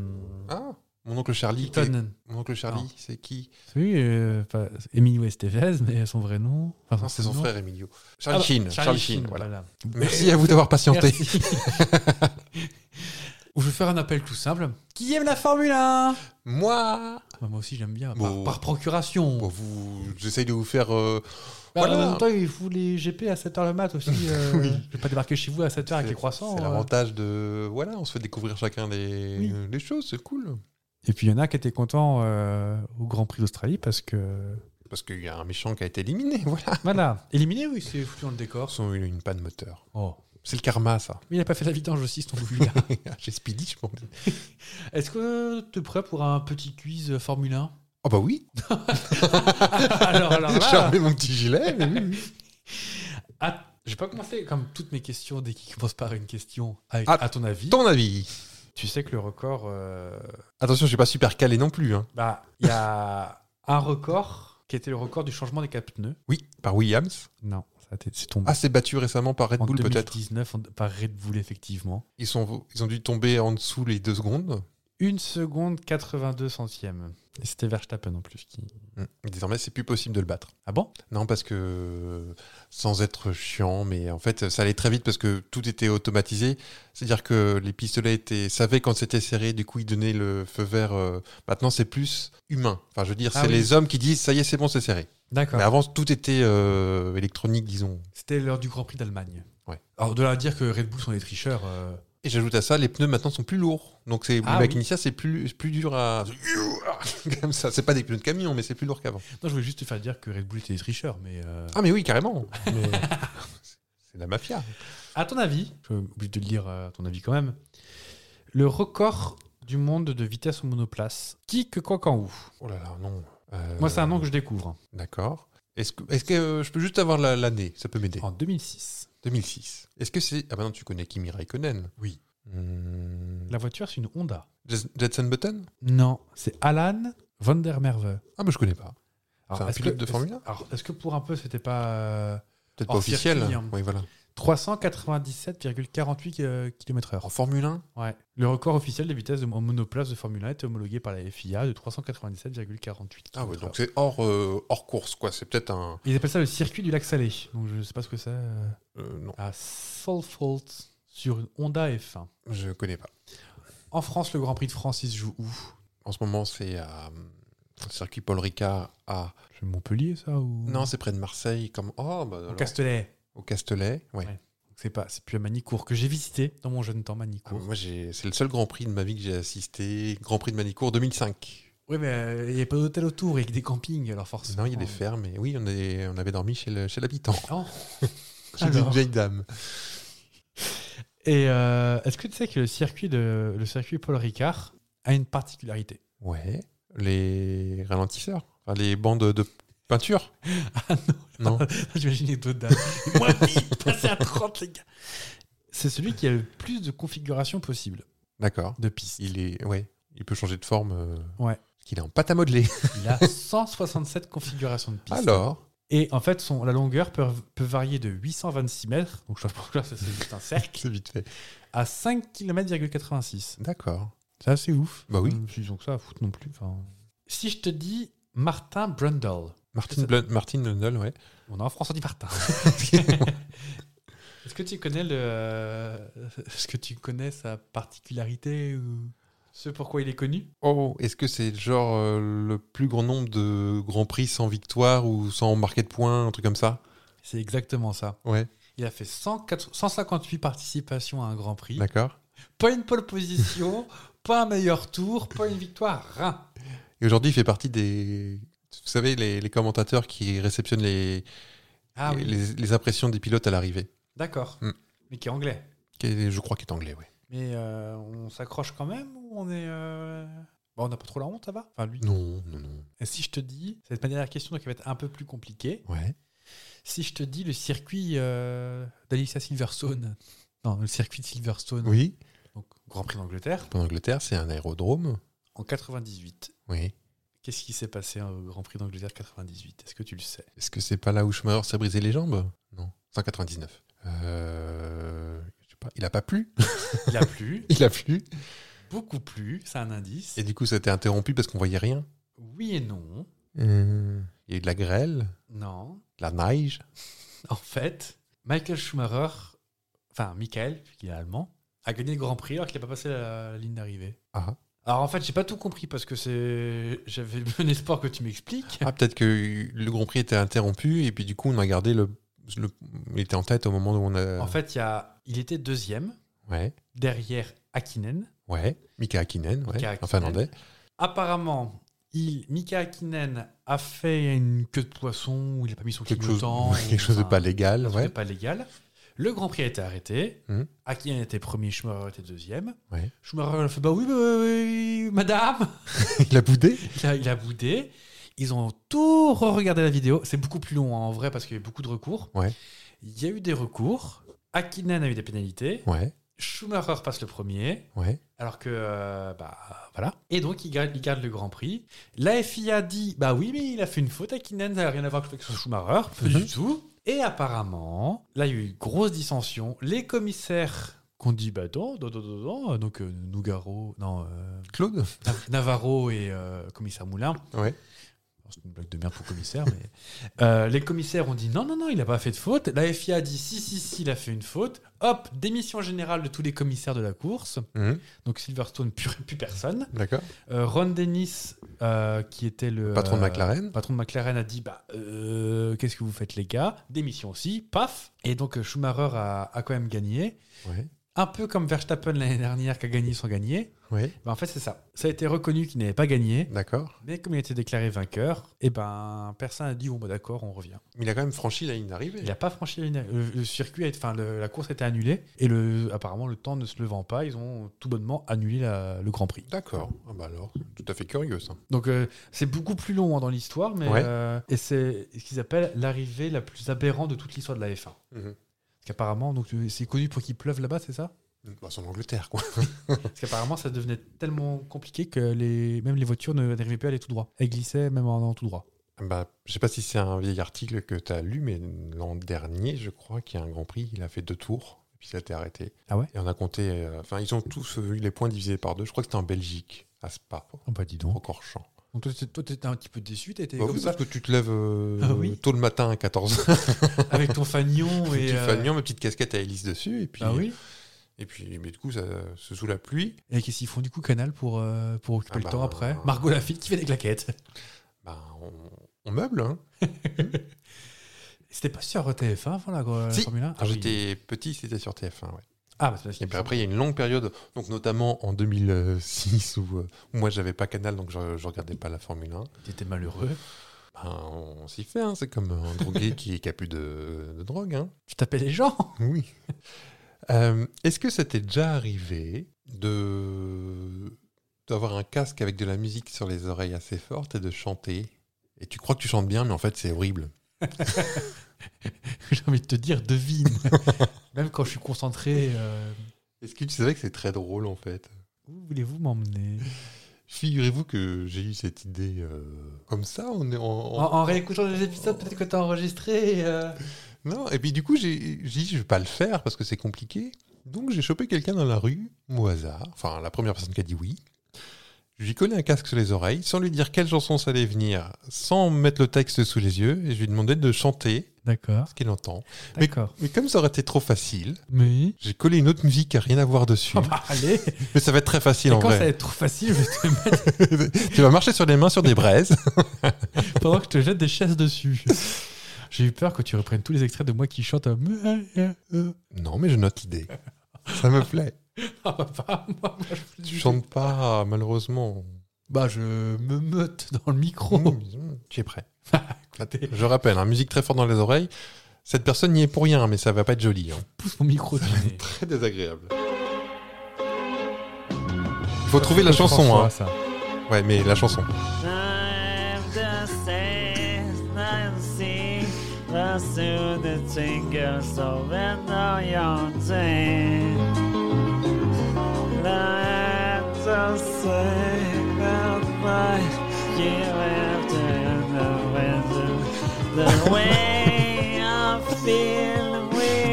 Speaker 4: ah, mon oncle Charlie. qui est-
Speaker 6: Keaton.
Speaker 4: Mon oncle Charlie,
Speaker 6: Non.
Speaker 4: c'est qui
Speaker 6: Oui, euh, enfin, Emilio Estevez, mais son vrai nom. Enfin,
Speaker 4: Non, c'est son
Speaker 6: nom.
Speaker 4: frère Emilio.
Speaker 6: Ah
Speaker 4: Charlie
Speaker 6: bah,
Speaker 4: Sheen. Charlie Sheen, voilà.
Speaker 6: voilà.
Speaker 4: Merci à vous d'avoir patienté.
Speaker 6: Merci. Je vais faire un appel tout simple. Qui aime la Formule 1
Speaker 4: Moi,
Speaker 6: Bah, Moi aussi, j'aime bien. Par,
Speaker 4: Bon.
Speaker 6: par procuration.
Speaker 4: bon, vous, j'essaye de vous faire. euh,
Speaker 6: Bah,
Speaker 4: Voilà.
Speaker 6: En même temps, il faut les GP à 7h le mat aussi. euh,
Speaker 4: Oui.
Speaker 6: Je vais pas débarquer chez vous à 7h avec
Speaker 4: C'est-
Speaker 6: les croissants.
Speaker 4: C'est
Speaker 6: euh.
Speaker 4: l'avantage de. Voilà, on se fait découvrir chacun des,
Speaker 6: Oui.
Speaker 4: des choses, c'est cool.
Speaker 6: Et puis il y en a qui étaient contents euh, au Grand Prix d'Australie parce que.
Speaker 4: Parce qu'il y a un méchant qui a été éliminé, voilà.
Speaker 6: Voilà. Ah. Éliminé, oui, c'est foutu dans le décor.
Speaker 4: Ils ont eu une panne moteur.
Speaker 6: Oh.
Speaker 4: C'est le karma, ça.
Speaker 6: Mais il n'a pas fait la vidange aussi, ce ton là
Speaker 4: J'ai Speedy, je pense.
Speaker 6: Est-ce que tu es prêt pour un petit quiz euh, Formule 1
Speaker 4: Oh bah oui,
Speaker 6: Alors, alors
Speaker 4: j'ai
Speaker 6: Oh là.
Speaker 4: armé mon petit gilet. mais oui, oui.
Speaker 6: à- Je vais pas commencer comme toutes mes questions dès qu'ils commencent par une question. Avec,
Speaker 4: Ah,
Speaker 6: à ton avis,
Speaker 4: Ton avis
Speaker 6: tu sais que le record. euh,
Speaker 4: Attention, je suis pas super calé non plus. hein.
Speaker 6: Bah, il y a un record qui était le record du changement des quatre pneus.
Speaker 4: Oui, par Williams.
Speaker 6: Non, ça t'est- c'est tombé.
Speaker 4: Ah, c'est battu récemment par Red
Speaker 6: en
Speaker 4: Bull, peut-être.
Speaker 6: 2019 en- par Red Bull, effectivement.
Speaker 4: Ils, sont, ils ont dû tomber en dessous les deux secondes.
Speaker 6: 1 seconde 82 centièmes. Et c'était Verstappen en plus qui.
Speaker 4: Mm. Désormais, c'est plus possible de le battre.
Speaker 6: Ah bon
Speaker 4: Non, parce que sans être chiant, mais en fait, ça allait très vite parce que tout était automatisé. C'est-à-dire que les pistolets étaient, savaient quand c'était serré, du coup, ils donnaient le feu vert. euh, Maintenant, c'est plus humain. Enfin, je veux dire,
Speaker 6: Ah
Speaker 4: c'est
Speaker 6: oui. Ah.
Speaker 4: les hommes qui disent ça y est, c'est bon, c'est serré.
Speaker 6: D'accord.
Speaker 4: Mais avant, tout était euh, électronique, disons.
Speaker 6: C'était l'heure du Grand Prix d'Allemagne.
Speaker 4: Ouais.
Speaker 6: Alors de là à dire que Red Bull sont des tricheurs. euh,
Speaker 4: Et j'ajoute à ça, les pneus maintenant sont plus lourds. Donc c'est
Speaker 6: Ah
Speaker 4: avec
Speaker 6: oui.
Speaker 4: Initia, c'est plus, plus dur à. Comme ça. C'est pas des pneus de camion, mais c'est plus lourd qu'avant.
Speaker 6: Non, je voulais juste te faire dire que Red Bull était des tricheurs, mais. euh,
Speaker 4: Ah, mais oui, carrément. Mais- c'est la mafia.
Speaker 6: À ton avis, je suis obligé de le dire euh, à ton avis quand même, le record du monde de vitesse au monoplace, qui que quoi quand où
Speaker 4: Oh là là, non. Euh,
Speaker 6: Moi, c'est un nom que je découvre.
Speaker 4: D'accord. Est-ce que, est-ce que euh, je peux juste avoir la- l'année Ça peut m'aider.
Speaker 6: En 2006.
Speaker 4: 2006. Est-ce que c'est. Ah, maintenant tu connais Kimi Raikkonen.
Speaker 6: Oui.
Speaker 4: Hmm.
Speaker 6: La voiture, c'est une Honda.
Speaker 4: Jes- Jetson Button
Speaker 6: Non, c'est Alan van der Merwe.
Speaker 4: Ah, mais je connais pas.
Speaker 6: Alors,
Speaker 4: C'est un
Speaker 6: est-ce
Speaker 4: pilote
Speaker 6: que-
Speaker 4: de Formule 1
Speaker 6: Alors, est-ce que pour un peu, c'était pas. euh,
Speaker 4: Peut-être
Speaker 6: hors
Speaker 4: pas officiel.
Speaker 6: circuit, hein.
Speaker 4: Oui, voilà.
Speaker 6: 397,48 euh, km/h.
Speaker 4: En Formule 1
Speaker 6: Ouais. Le record officiel des vitesses de en monoplace de Formule 1 était homologué par la FIA de 397,48
Speaker 4: Ah, ouais, donc
Speaker 6: km/h.
Speaker 4: c'est hors, euh, hors course, quoi. C'est peut-être un.
Speaker 6: Ils appellent ça le circuit du lac Salé. Donc, je sais pas ce que c'est. euh,
Speaker 4: euh, non,
Speaker 6: à Salford sur une Honda F1.
Speaker 4: je connais pas.
Speaker 6: En France, le Grand Prix de France, il se joue où
Speaker 4: En ce moment, c'est à. euh, Circuit Paul Ricard à.
Speaker 6: C'est Montpellier, ça ou...
Speaker 4: Non, c'est près de Marseille. Comme... Oh, bah,
Speaker 6: Au
Speaker 4: alors,
Speaker 6: Castellet.
Speaker 4: au Castellet. Ouais.
Speaker 6: Ouais. C'est pas, c'est plus à Manicourt que j'ai visité dans mon jeune temps,
Speaker 4: Ah,
Speaker 6: Manicourt.
Speaker 4: moi, j'ai... c'est le seul Grand Prix de ma vie que j'ai assisté. Grand Prix de Manicourt 2005.
Speaker 6: Oui, mais euh, il n'y a pas d'hôtel autour et que des campings, alors forcément.
Speaker 4: Non, il y a des fermes. Et oui, on, est... on avait dormi chez, le- chez l'habitant.
Speaker 6: Oh.
Speaker 4: Chez
Speaker 6: Alors.
Speaker 4: une vieille dame.
Speaker 6: Et euh, est-ce que tu sais que le circuit de, le circuit Paul Ricard a une particularité
Speaker 4: Ouais. Les ralentisseurs. Enfin, les bandes de peinture.
Speaker 6: Ah non,
Speaker 4: Non.
Speaker 6: j'imaginais d'autres dames. Moi, vite, passez à 30, les gars. C'est celui qui a le plus de configurations possibles
Speaker 4: D'accord.
Speaker 6: de pistes.
Speaker 4: Il est. Ouais. Il peut changer de forme. euh,
Speaker 6: Ouais.
Speaker 4: Qu'il est en pâte à modeler.
Speaker 6: Il a 167 configurations de pistes.
Speaker 4: Alors.
Speaker 6: Et en fait, son, la longueur peut, peut varier de 826 mètres, donc je pense que là, ça, c'est juste un cercle,
Speaker 4: C'est vite fait.
Speaker 6: à 5 km,86.
Speaker 4: D'accord.
Speaker 6: C'est assez ouf.
Speaker 4: Bah oui.
Speaker 6: Hum, Je me suis dit, donc ça à foutre non plus. enfin. Si je te dis Martin Brundle,
Speaker 4: Martin,
Speaker 6: C'est ça.
Speaker 4: Blun- Martin Lundell, ouais.
Speaker 6: on a en France, on dit Martin. Est-ce que tu connais le, est-ce que tu connais sa particularité ou ce pourquoi il est connu
Speaker 4: Oh, est-ce que c'est genre euh, le plus grand nombre de grands prix sans victoire ou sans marquer de points, un truc comme ça
Speaker 6: C'est exactement ça.
Speaker 4: Ouais,
Speaker 6: Il a fait 100 158 participations à un Grand Prix.
Speaker 4: d'accord.
Speaker 6: pas une pole position, pas un meilleur tour, pas une victoire, rien.
Speaker 4: Et aujourd'hui, il fait partie des. Vous savez, les, les commentateurs qui réceptionnent les,
Speaker 6: Ah oui,
Speaker 4: les, les impressions des pilotes à l'arrivée.
Speaker 6: d'accord.
Speaker 4: Hmm.
Speaker 6: Mais qui est anglais.
Speaker 4: Qui est- Je crois qu'il est anglais, ouais.
Speaker 6: Mais euh, on s'accroche quand même ou on est. euh, Bon, on n'a pas trop la honte, ça va Enfin, lui.
Speaker 4: Non, non, non.
Speaker 6: Et si je te dis, c'est ma dernière question, donc elle va être un peu plus compliquée.
Speaker 4: Ouais.
Speaker 6: Si je te dis le circuit euh, d'Alicia Silverstone. Non, le circuit de Silverstone,
Speaker 4: Oui.
Speaker 6: donc Grand Prix d'Angleterre,
Speaker 4: En Angleterre, c'est un aérodrome.
Speaker 6: en 98.
Speaker 4: Oui.
Speaker 6: Qu'est-ce qui s'est passé au Grand Prix d'Angleterre 98 Est-ce que tu le sais
Speaker 4: Est-ce que c'est pas là où Schumacher s'est brisé les jambes Non. 199. Euh, je sais pas. Il a pas plu.
Speaker 6: Il a plu,
Speaker 4: Il a plu.
Speaker 6: beaucoup plu, c'est un indice.
Speaker 4: Et du coup, ça a été interrompu parce qu'on voyait rien.
Speaker 6: Oui et non. Euh.
Speaker 4: Il y a eu de la grêle,
Speaker 6: Non.
Speaker 4: de la neige.
Speaker 6: En fait, Michael Schumacher, enfin Michael, qui est allemand, a gagné le Grand Prix alors qu'il n'a pas passé la, la ligne d'arrivée.
Speaker 4: Ah.
Speaker 6: Alors en fait, j'ai pas tout compris parce que c'est j'avais bon espoir que tu m'expliques.
Speaker 4: Ah, peut-être que le Grand Prix était interrompu et puis du coup, on a gardé le. le- il était en tête au moment où on a.
Speaker 6: En fait, il y a il était deuxième
Speaker 4: Ouais,
Speaker 6: derrière Hakkinen.
Speaker 4: ouais. Mika Hakkinen, ouais.
Speaker 6: Mika Hakkinen.
Speaker 4: En finlandais.
Speaker 6: Apparemment, il Mika Hakkinen a fait une queue de poisson où il n'a pas mis son
Speaker 4: Quelque chose,
Speaker 6: clignotant.
Speaker 4: ouais, quelque chose de
Speaker 6: enfin,
Speaker 4: pas légal,
Speaker 6: parce que
Speaker 4: ouais.
Speaker 6: c'était pas légal. Le Grand Prix a été arrêté.
Speaker 4: Mhm.
Speaker 6: Hakkinen était premier, Schumacher était deuxième.
Speaker 4: Ouais.
Speaker 6: Schumacher a fait Bah oui, bah oui, madame
Speaker 4: il a boudé
Speaker 6: il a, il a boudé. Ils ont tout regardé la vidéo. C'est beaucoup plus long hein, en vrai parce qu'il y a eu beaucoup de recours.
Speaker 4: Ouais.
Speaker 6: Il y a eu des recours. Hakkinen a eu des pénalités.
Speaker 4: Ouais,
Speaker 6: Schumacher passe le premier.
Speaker 4: ouais.
Speaker 6: Alors que, euh, bah voilà. Et donc, il garde, il garde le Grand Prix. La FIA dit, bah oui, mais il a fait une faute à Kinen, ça n'a rien à voir avec son Schumacher, pas du
Speaker 4: Mhm.
Speaker 6: tout. Et apparemment, là, il y a eu une grosse dissension. Les commissaires qu'on dit, bah non, non, non, non, non, donc euh, Nougaro, non, euh,
Speaker 4: Claude
Speaker 6: Nav- Navarro et euh, commissaire Moulin,
Speaker 4: Ouais.
Speaker 6: Alors, C'est une blague de merde pour le commissaire, mais. Euh, les commissaires ont dit non, non, non, il n'a pas fait de faute. La FIA a dit si, si, si, il a fait une faute. Hop, démission générale de tous les commissaires de la course.
Speaker 4: Mhm.
Speaker 6: Donc Silverstone, plus, plus personne.
Speaker 4: D'accord.
Speaker 6: Euh, Ron Dennis, euh, qui était le.
Speaker 4: Patron de
Speaker 6: euh,
Speaker 4: McLaren.
Speaker 6: patron de McLaren a dit bah, euh, qu'est-ce que vous faites, les gars Démission aussi, paf Et donc euh, Schumacher a, a quand même gagné.
Speaker 4: Ouais.
Speaker 6: Un peu comme Verstappen l'année dernière qui a gagné sans gagner.
Speaker 4: Oui.
Speaker 6: Bah, en fait, c'est ça. Ça a été reconnu qu'il n'avait pas gagné.
Speaker 4: D'accord.
Speaker 6: Mais comme il a été déclaré vainqueur, et ben personne n'a dit bon bah d'accord, on revient.
Speaker 4: Mais il a quand même franchi la ligne d'arrivée.
Speaker 6: Il n'a pas franchi la ligne d'arrivée. le, le circuit, a été- enfin le- la course a été annulée et le, apparemment le temps ne se levant pas, ils ont tout bonnement annulé la- le Grand Prix.
Speaker 4: D'accord. Ah bah alors, tout à fait curieux ça.
Speaker 6: Donc euh, c'est beaucoup plus long hein, dans l'histoire, mais
Speaker 4: Ouais.
Speaker 6: euh, et c'est ce qu'ils appellent l'arrivée la plus aberrante de toute l'histoire de la F1.
Speaker 4: Mhm.
Speaker 6: Parce qu'apparemment, donc euh, c'est connu pour qu'il pleuve là-bas, c'est ça
Speaker 4: Bah, c'est en Angleterre quoi.
Speaker 6: Parce qu'apparemment, ça devenait tellement compliqué que les, même les voitures ne- n'arrivaient plus à aller tout droit. Elles glissaient même en, en tout droit.
Speaker 4: Bah, je sais pas si c'est un vieil article que tu as lu, mais l'an dernier, je crois qu'il y a un Grand Prix, il a fait deux tours, puis il a été arrêté.
Speaker 6: Ah ouais
Speaker 4: Et on a compté. euh, Enfin, ils ont tous euh, eu les points divisés par deux. Je crois que c'était en Belgique, à Spa,
Speaker 6: Oh bah dis donc.
Speaker 4: au Corchamp.
Speaker 6: Donc toi, t'étais- toi, t'étais un petit peu déçu, t'étais
Speaker 4: Bah
Speaker 6: comme
Speaker 4: oui,
Speaker 6: ça
Speaker 4: parce que tu te lèves euh,
Speaker 6: Ah oui.
Speaker 4: tôt le matin à 14h.
Speaker 6: avec ton fanion et.
Speaker 4: Petit
Speaker 6: euh,
Speaker 4: fanion, ma petite casquette à hélice dessus. Et puis,
Speaker 6: Ah oui.
Speaker 4: et puis mais du coup, ça, se sous la pluie,
Speaker 6: Et qu'est-ce qu'ils font du coup, Canal, pour, euh, pour occuper
Speaker 4: Ah
Speaker 6: le
Speaker 4: bah,
Speaker 6: temps après Margot Lafitte qui fait des claquettes.
Speaker 4: bah, on, on meuble. hein.
Speaker 6: C'était pas sur TF1 avant la, la
Speaker 4: Si,
Speaker 6: Formule 1
Speaker 4: quand j'étais petit, c'était sur TF1. ouais.
Speaker 6: Ah, bah, c'est parce
Speaker 4: Et
Speaker 6: qu'il
Speaker 4: puis après, il y a une longue période, donc notamment en 2006, où euh, moi, j'avais pas Canal, donc je, je regardais pas la Formule 1.
Speaker 6: t'étais malheureux.
Speaker 4: Ben, on s'y fait, hein, c'est comme un drogué qui n'a plus de, de drogue. hein.
Speaker 6: Tu tapais les gens
Speaker 4: Oui. Euh, Est-ce que ça t'est déjà arrivé de d'avoir un casque avec de la musique sur les oreilles assez forte et de chanter Et tu crois que tu chantes bien, mais en fait, c'est horrible.
Speaker 6: J'ai envie de te dire, devine. Même quand je suis concentré, euh,
Speaker 4: Est-ce que tu savais que c'est très drôle, en fait
Speaker 6: où voulez-vous m'emmener
Speaker 4: Figurez-vous que j'ai eu cette idée euh, comme ça. On est en,
Speaker 6: en, en réécoutant des épisodes, peut-être que t'as enregistré. euh,
Speaker 4: Non, et puis du coup, j'ai j'ai dit, je vais pas le faire parce que c'est compliqué. Donc, j'ai chopé quelqu'un dans la rue, au hasard, enfin, la première personne qui a dit oui. Je lui collais un casque sur les oreilles, sans lui dire quelle chanson ça allait venir, sans mettre le texte sous les yeux, et je lui demandais de chanter
Speaker 6: D'accord.
Speaker 4: ce qu'il entend.
Speaker 6: D'accord.
Speaker 4: Mais comme ça aurait été trop facile,
Speaker 6: Mais.
Speaker 4: j'ai collé une autre musique qui n'a rien à voir dessus.
Speaker 6: Ah bah, allez
Speaker 4: Mais ça va être très facile
Speaker 6: Et
Speaker 4: en
Speaker 6: quand ça va
Speaker 4: vrai.
Speaker 6: être trop facile, je vais te mettre-
Speaker 4: tu vas marcher sur les mains sur des braises.
Speaker 6: pendant que je te jette des chaises dessus. J'ai eu peur que tu reprennes tous les extraits de moi qui chante. euh, euh, euh, euh.
Speaker 4: non, mais je note l'idée. Ça me plaît.
Speaker 6: Ah bah, pas moi, moi, je-
Speaker 4: Tu chantes pas, malheureusement.
Speaker 6: Bah, je me meute dans le micro.
Speaker 4: Mmh, tu es prêt.
Speaker 6: Écoutez,
Speaker 4: Je rappelle, hein, musique très forte dans les oreilles. Cette personne n'y est pour rien, mais ça va pas être joli. hein.
Speaker 6: pousse mon micro du nez.
Speaker 4: Très désagréable. Il faut trouver la chanson. Hein.
Speaker 6: Ça.
Speaker 4: Ouais, mais la chanson.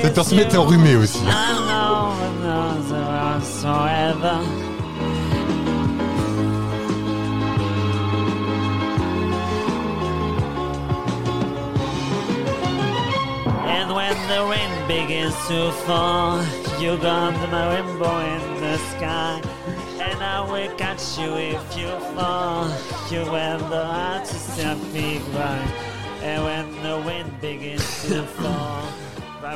Speaker 4: Cette personne était enrhumée aussi. hein.
Speaker 12: And when the rain begins to fall, you got my rainbow in the sky. And I will catch you if you fall. You will the artist a big rhyme. And when the wind begins to fall.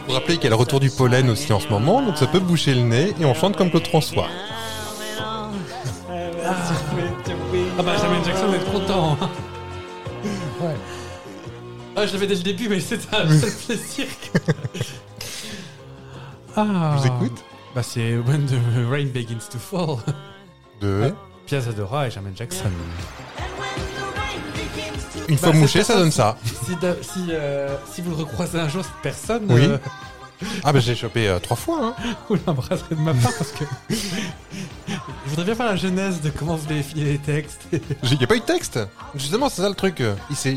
Speaker 4: Vous rappelez qu'il y a le retour du pollen aussi en ce moment, donc ça peut boucher le nez et on chante comme Claude François.
Speaker 6: Ah bah Samuel Jackson va être content. hein.
Speaker 4: Ouais.
Speaker 6: Ah je l'avais dès le début mais c'était un seul plaisir. que- ah.
Speaker 4: Je vous écoute.
Speaker 6: Bah c'est When the Rain Begins to Fall.
Speaker 4: Deux.
Speaker 6: Piazza Dora et Samuel Jackson.
Speaker 4: Une fois
Speaker 6: Bah,
Speaker 4: mouché,
Speaker 6: c'est
Speaker 4: ça
Speaker 6: pas
Speaker 4: donne ça.
Speaker 6: Si, da- si, euh, si vous le recroisez un jour cette personne,
Speaker 4: Oui.
Speaker 6: euh,
Speaker 4: Ah bah j'ai chopé euh, trois fois. hein.
Speaker 6: vous l'embrasserez de ma part parce que je voudrais bien faire la genèse de comment vous avez fini les textes.
Speaker 4: J'ai- Il n'y a pas eu de texte. Justement, c'est ça le truc. Il s'est-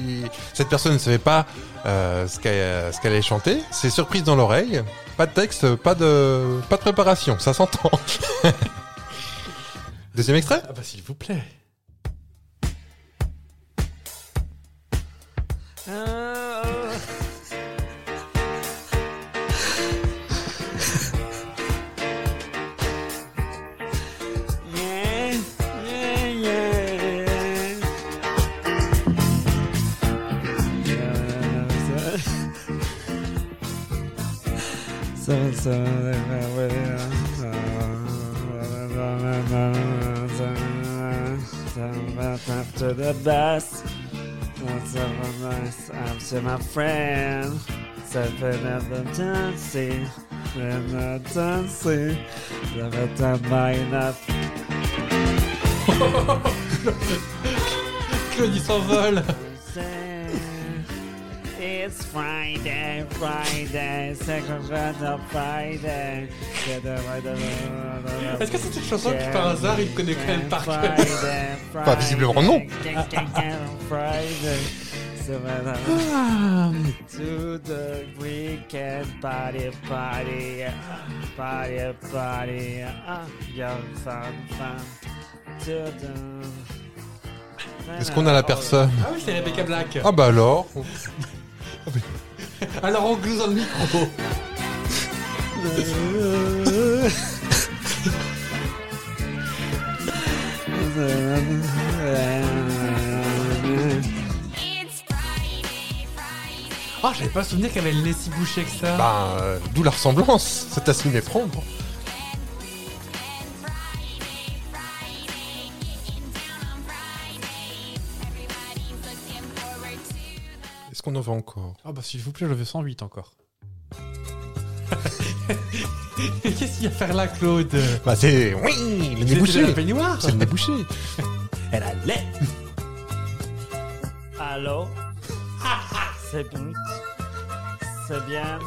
Speaker 4: Cette personne ne savait pas euh, ce qu'elle ce qu'elle allait chanter. C'est surprise dans l'oreille. Pas de texte, pas de, pas de préparation. Ça s'entend. Deuxième extrait
Speaker 6: Ah bah s'il vous plaît.
Speaker 12: Yeah, yeah, yeah. So, so, after the bus, that's so nice. After my friend, seven of the dancing, then the dancing, never done by enough.
Speaker 6: Claudie s'envole.
Speaker 12: It's Friday, Friday, second round of Friday.
Speaker 6: Est-ce que c'est une chanson qui, par hasard, il connaît quand même par cœur
Speaker 4: Bah, visiblement, non.
Speaker 12: Friday. Seven
Speaker 6: Ah.
Speaker 12: to the weekend party, party, party, party. Ah, young fun, fun. To the-
Speaker 4: Est-ce qu'on a la personne
Speaker 6: Ah oui, c'est Rebecca Black.
Speaker 4: Ah bah alors
Speaker 6: Alors on glouse dans le micro. Ah, j'avais pas souvenir qu'elle avait le nez si bouché que ça.
Speaker 4: Bah, euh, d'où la ressemblance C'est à s'y méprendre Est-ce qu'on en veut encore
Speaker 6: Ah bah s'il vous plaît, je veux 108 encore. Qu'est-ce qu'il y a à faire là, Claude
Speaker 4: Bah c'est... Oui Le nez bouché
Speaker 6: C'est la peignoir
Speaker 4: C'est le nez bouché
Speaker 12: Elle allait. Allô C'est bon. C'est bien.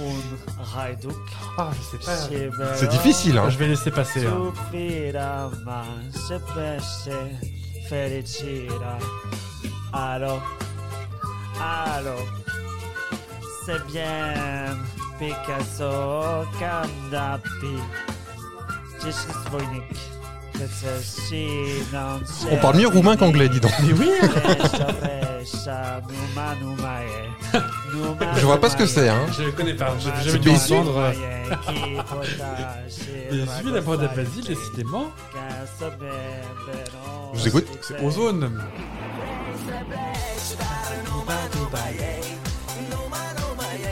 Speaker 12: Un Hajduk.
Speaker 6: Ah, je sais pas. Ah,
Speaker 12: Chez Bella.
Speaker 4: C'est difficile, hein.
Speaker 6: Je vais laisser passer. hein.
Speaker 12: Soupira, manche, pesce, felicira. Allô Allô C'est bien. Picasso, Kandapi. Juste Voynik.
Speaker 4: On parle mieux roumain qu'anglais, dis donc
Speaker 6: hein.
Speaker 12: eh.
Speaker 4: Je vois pas ce que c'est, hein.
Speaker 6: Je le connais pas, j'ai
Speaker 4: C'est
Speaker 6: jamais dû
Speaker 4: Bessu
Speaker 6: entendre. euh,
Speaker 12: eh.
Speaker 6: Il suffit d'apprendre la basile, décidément.
Speaker 4: Je vous écoute.
Speaker 6: C'est Ozone.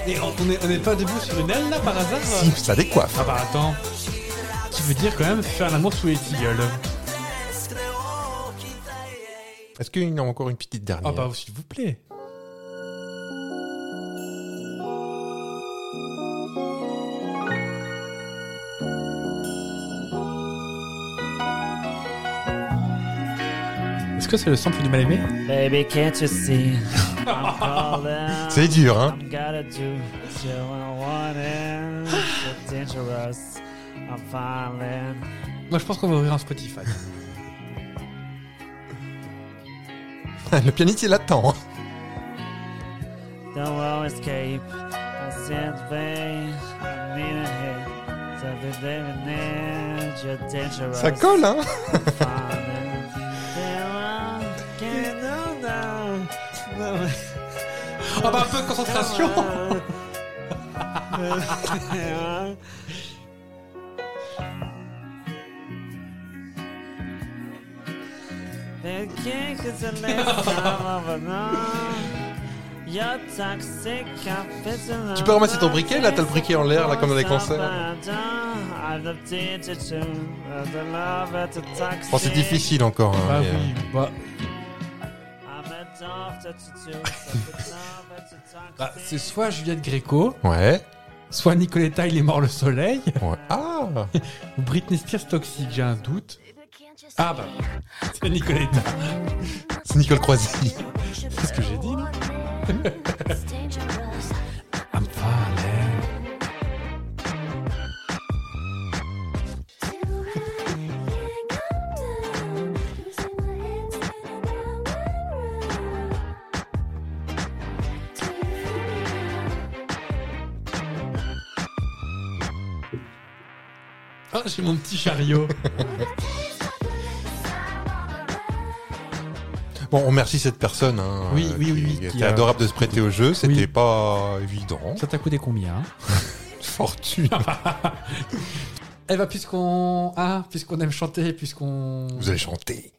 Speaker 6: Et on n'est on est pas debout sur une aile là par hasard
Speaker 4: Si, ça décoiffe.
Speaker 6: Ah bah attends. Qui veut dire quand même faire l'amour sous les tilleuls.
Speaker 4: Est-ce qu'il y en a encore une petite
Speaker 6: Ah
Speaker 4: dernière
Speaker 6: bah s'il vous plaît. Est-ce que c'est le sample du mal-aimé
Speaker 12: Baby, can't you see?
Speaker 4: C'est dur, hein.
Speaker 12: I'm gotta do what you wanna, so dangerous. I'm falling.
Speaker 6: Moi je pense qu'on va ouvrir un Spotify.
Speaker 4: Le pianiste, il attend hein.
Speaker 12: Don't worry, escape. I said, babe, I mean it here. So be living it, you're dangerous.
Speaker 6: Ah.
Speaker 4: Ça colle, hein.
Speaker 12: I'm falling. Down, get down, down.
Speaker 6: Ah bah un peu de concentration
Speaker 13: Euh,
Speaker 12: The cake is the last time of a night. You're toxic, I'm fizzing
Speaker 4: Tu peux ramasser ton briquet, là, t'as le briquet en l'air, là, comme dans les concerts. Bon, Oh, c'est difficile encore, hein,
Speaker 6: Ah
Speaker 4: mais, euh,
Speaker 6: oui, bah,
Speaker 13: Ah,
Speaker 6: bah, c'est soit Juliette Gréco,
Speaker 4: Ouais.
Speaker 6: soit Nicoletta, il est mort le soleil,
Speaker 4: euh, ouais. Ah
Speaker 6: ou Britney Spears toxique, j'ai un doute. Ah bah, c'est Nicoletta.
Speaker 4: C'est Nicole Croisy.
Speaker 6: C'est ce que j'ai dit, non I'm falling. Ah, j'ai mon petit chariot.
Speaker 4: Bon, on remercie cette personne. hein,
Speaker 6: Oui,
Speaker 4: euh,
Speaker 6: oui,
Speaker 4: qui
Speaker 6: oui, oui,
Speaker 4: était
Speaker 6: qui a-
Speaker 4: adorable de se prêter au jeu. C'était pas évident.
Speaker 6: Ça t'a coûté combien
Speaker 4: Fortune.
Speaker 6: Eh ben, puisqu'on ah, puisqu'on aime chanter, puisqu'on...
Speaker 4: Vous allez chanter.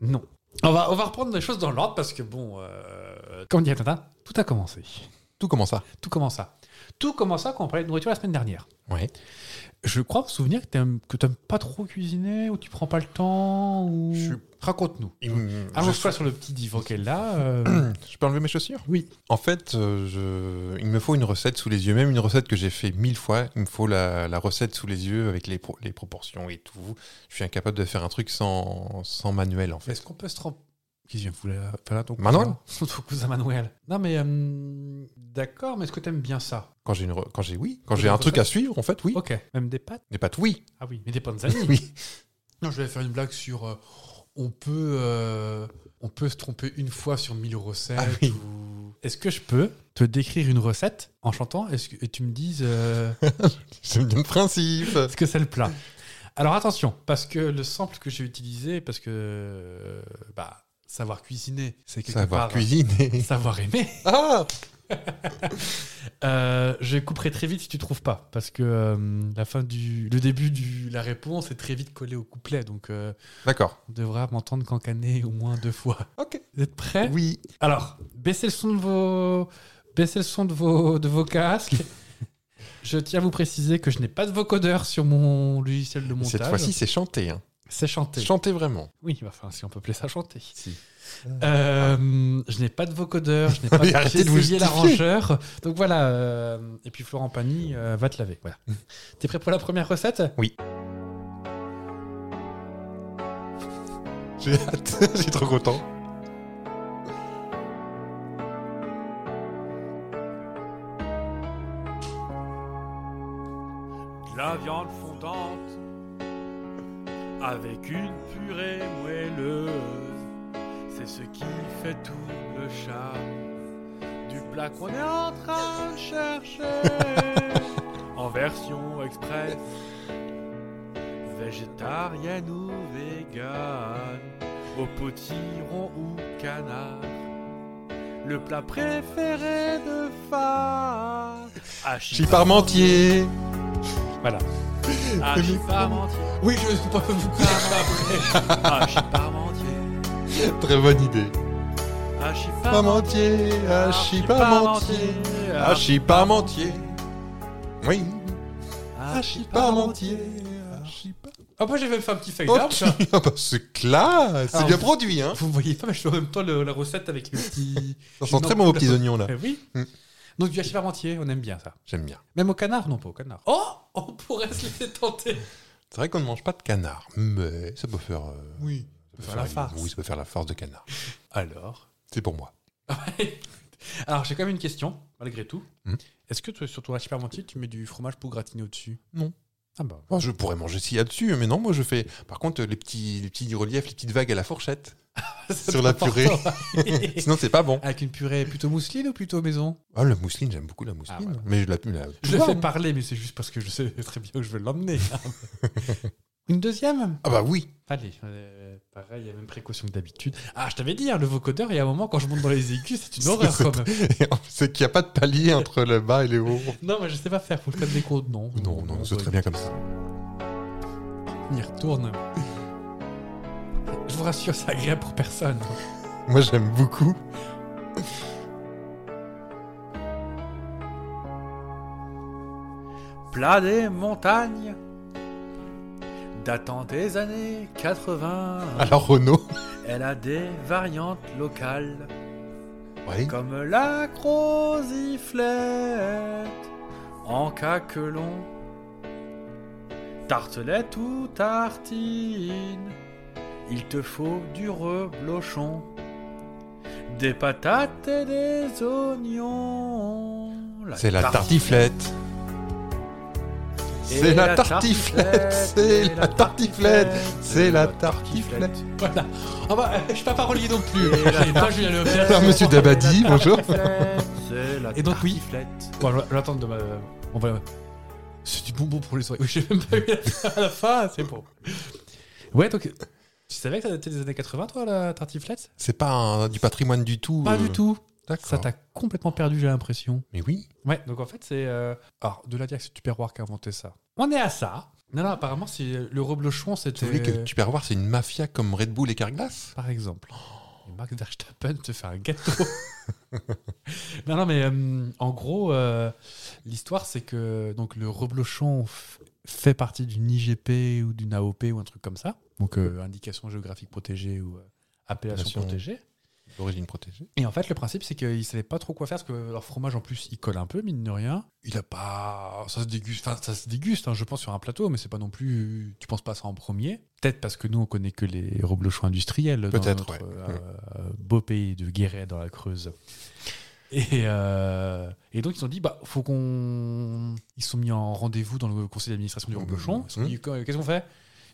Speaker 6: Non. On va, on va reprendre les choses dans l'ordre parce que bon, euh, comme dit Tata, tout a commencé.
Speaker 4: Tout commença.
Speaker 6: Tout commença. Tout commença quand on parlait de nourriture la semaine dernière.
Speaker 4: Ouais.
Speaker 6: Je crois me souvenir que t'aimes que t'aimes pas trop cuisiner ou tu prends pas le temps ou. Raconte-nous. Allonge-toi sur le petit divan qu'elle a. euh,
Speaker 4: Je peux enlever mes chaussures
Speaker 6: Oui.
Speaker 4: En fait, euh, je... il me faut une recette sous les yeux, même une recette que j'ai fait mille fois. Il me faut la, la recette sous les yeux avec les, pro- les proportions et tout. Je suis incapable de faire un truc sans, sans manuel, en fait.
Speaker 6: Est-ce qu'on peut se tromper Qui vient vous la faire là ton
Speaker 4: Manuel
Speaker 6: cousin Ton cousin Manuel. Non mais euh, d'accord, mais est-ce que t'aimes bien ça
Speaker 4: Quand j'ai une re- quand j'ai oui, quand
Speaker 6: Vous
Speaker 4: j'ai un
Speaker 6: avez
Speaker 4: truc
Speaker 6: ça
Speaker 4: à suivre, en fait, oui.
Speaker 6: Ok. Même des pâtes
Speaker 4: Des pâtes, oui.
Speaker 6: Ah oui, mais des panzani.
Speaker 4: Oui.
Speaker 6: Non, je vais faire une blague sur. euh, on peut, euh, on peut se tromper une fois sur mille recettes. ou- Ah Est-ce que je peux te décrire une recette en chantant est-ce que, et tu me dises. euh,
Speaker 4: C'est le principe.
Speaker 6: Est-ce que c'est le plat Alors attention, parce que le sample que j'ai utilisé, parce que euh, bah, savoir cuisiner, c'est quelque
Speaker 4: Savoir
Speaker 6: part, hein.
Speaker 4: cuisiner.
Speaker 6: savoir aimer.
Speaker 4: Ah
Speaker 6: Euh, je couperai très vite si tu trouves pas, parce que euh, la fin du, le début de la réponse est très vite collé au couplet, donc euh,
Speaker 4: D'accord.
Speaker 6: on devra m'entendre cancaner au moins deux fois.
Speaker 4: Ok.
Speaker 6: Vous êtes prêts
Speaker 4: Oui.
Speaker 6: Alors, baissez le son de vos, baissez le son de vos, de vos casques. je tiens à vous préciser que je n'ai pas de vocodeur sur mon logiciel de montage.
Speaker 4: Cette fois-ci, c'est chanté. hein.
Speaker 6: c'est chanté.
Speaker 4: Chanté vraiment.
Speaker 6: Oui, bah, enfin, si on peut appeler ça chanter. Euh, je n'ai pas de vocodeur, je n'ai pas
Speaker 4: Mais
Speaker 6: de
Speaker 4: arrêtez
Speaker 6: j'ai
Speaker 4: de vous
Speaker 6: essayé
Speaker 4: justifier.
Speaker 6: l'arrangeur. Donc voilà. euh, et puis Florent Pagny euh, va te laver. Voilà.
Speaker 4: Mm.
Speaker 6: T'es prêt pour la première recette
Speaker 4: Oui. J'ai hâte. j'ai trop content.
Speaker 13: de la viande fondante avec une purée moelleuse. C'est ce qui fait tout le charme du plat qu'on est en train de chercher en version express végétarienne ou végane au potiron ou canard. Le plat préféré de Fab.
Speaker 4: Chie parmentier.
Speaker 6: Voilà.
Speaker 13: Ah, je suis parmentier.
Speaker 6: Oui, je ne pas vous
Speaker 13: Ah, je suis parmentier.
Speaker 4: Très bonne idée.
Speaker 13: Ah, je suis
Speaker 4: Parmentier,
Speaker 6: Ah,
Speaker 4: hachis parmentier,
Speaker 12: Ah,
Speaker 4: hachis parmentier. Oui,
Speaker 13: Ah,
Speaker 6: Ah,
Speaker 4: hachis parmentier, hachis
Speaker 6: Après, j'avais fait un petit fake d'arbre,
Speaker 4: parmentier. Ah bah, c'est classe, c'est
Speaker 6: Alors,
Speaker 4: bien
Speaker 6: vous-
Speaker 4: produit, hein.
Speaker 6: Vous voyez pas, mais je fais en même temps le- la recette avec les petits.
Speaker 4: Ça sent très bon aux petits oignons, là.
Speaker 6: Eh Oui. Donc du hachis parmentier, on aime bien ça.
Speaker 4: J'aime bien.
Speaker 6: Même au canard, non pas au canard. Oh On pourrait se laisser tenter.
Speaker 4: C'est vrai qu'on ne mange pas de canard, mais ça peut faire. euh,
Speaker 6: Oui,
Speaker 4: ça
Speaker 6: peut faire la
Speaker 4: une-
Speaker 6: farce.
Speaker 4: Oui, ça peut faire la farce de canard.
Speaker 6: Alors
Speaker 4: C'est pour moi.
Speaker 6: Alors j'ai quand même une question, malgré tout.
Speaker 4: Hmm.
Speaker 6: Est-ce que toi, sur ton hachis parmentier, tu mets du fromage pour gratiner au-dessus
Speaker 4: Non.
Speaker 6: Ah bah.
Speaker 4: Bon, je pourrais manger s'il y a dessus, mais non, moi je fais. Par contre, les petits, les petits reliefs, les petites vagues à la fourchette
Speaker 6: c'est
Speaker 4: sur la
Speaker 6: important.
Speaker 4: purée. Sinon, c'est pas bon.
Speaker 6: Avec une purée plutôt mousseline ou plutôt maison hein.
Speaker 4: Ah, la mousseline, j'aime beaucoup la mousseline.
Speaker 6: Ah, voilà.
Speaker 4: Mais je la. la-
Speaker 6: Je le fais parler, mais c'est juste parce que je sais très bien où je veux l'emmener. hein. une deuxième
Speaker 4: Ah bah oui.
Speaker 6: Allez, euh, pareil, il y a même précaution que d'habitude. Ah, je t'avais dit, hein, le vocodeur, il y a un moment, quand je monte dans les aigus, c'est une horreur
Speaker 4: C'est-
Speaker 6: quand même.
Speaker 4: C'est qu'il n'y a pas de palier entre le bas et le haut.
Speaker 6: Non, mais je sais pas faire, faut que je fasse des cours de nom.
Speaker 4: Non, non, c'est très bien comme ça.
Speaker 6: On y retourne. Je vous rassure, c'est agréable pour personne.
Speaker 4: Moi, j'aime beaucoup.
Speaker 13: Plat des montagnes datant des années 80.
Speaker 4: Alors, Renault.
Speaker 13: Elle a des variantes locales.
Speaker 4: Ouais.
Speaker 13: Comme la croziflette en caquelon, tartelette ou tartine. Il te faut du reblochon, des patates et des oignons.
Speaker 4: C'est la
Speaker 13: tartine.
Speaker 4: tartiflette.
Speaker 13: Et
Speaker 4: C'est la
Speaker 13: la
Speaker 4: tartiflette.
Speaker 13: tartiflette. Et
Speaker 4: C'est
Speaker 13: la
Speaker 4: la tartiflette.
Speaker 13: tartiflette.
Speaker 4: C'est la
Speaker 13: Et la
Speaker 4: tartiflette.
Speaker 6: Voilà. Ah bah, euh, je suis pas parolier non plus.
Speaker 13: Et la
Speaker 6: J'ai pas Julien Leclerc.
Speaker 4: Alors, monsieur Dabadi, bonjour.
Speaker 13: C'est la
Speaker 6: Et donc, oui.
Speaker 13: tartiflette.
Speaker 6: Bon, je- j'attends de ma. On va. C'est du bonbon pour les oreilles. Oui, j'ai même pas eu la fin à la fin, c'est bon. Ouais, donc. Tu savais que ça datait des années 80, toi, la tartiflette
Speaker 4: C'est pas un- du patrimoine du tout.
Speaker 6: Pas
Speaker 4: euh,
Speaker 6: du tout.
Speaker 4: D'accord.
Speaker 6: Ça t'a complètement perdu, j'ai l'impression.
Speaker 4: Mais oui.
Speaker 6: Ouais, donc en fait, c'est. euh, Alors, de la dire que c'est Tupperware qui a inventé ça. On est à ça. Non, non, apparemment, c'est euh, le reblochon,
Speaker 4: Tu voulais
Speaker 6: c'était.
Speaker 4: que Tupperware, c'est une mafia comme Red Bull et Carglass
Speaker 6: Par exemple. Et Max Verstappen te fait un gâteau. non, non, mais euh, en gros, euh, l'histoire, c'est que donc, le reblochon f- fait partie d'une IGP ou d'une AOP ou un truc comme ça. Donc, euh, indication géographique protégée ou euh, appellation,
Speaker 4: Appellation.
Speaker 6: protégée.
Speaker 4: D'origine protégée.
Speaker 6: Et en fait, le principe, c'est qu'ils ne savaient pas trop quoi faire parce que leur fromage, en plus, il colle un peu, mine de rien. Il a pas. Ça se déguste, enfin, ça se déguste hein, je pense, sur un plateau, mais c'est pas non plus. Tu penses pas à ça en premier. Peut-être parce que nous, on connaît que les reblochons industriels. dans
Speaker 4: Peut-être,
Speaker 6: notre,
Speaker 4: ouais.
Speaker 6: euh, beau pays de Guéret dans la Creuse. Et, euh, et donc, ils se sont dit, bah, faut qu'on. Ils se sont mis en rendez-vous dans le conseil d'administration du
Speaker 4: Mmh.
Speaker 6: reblochon. Ils se sont dit, Qu- qu'est-ce qu'on fait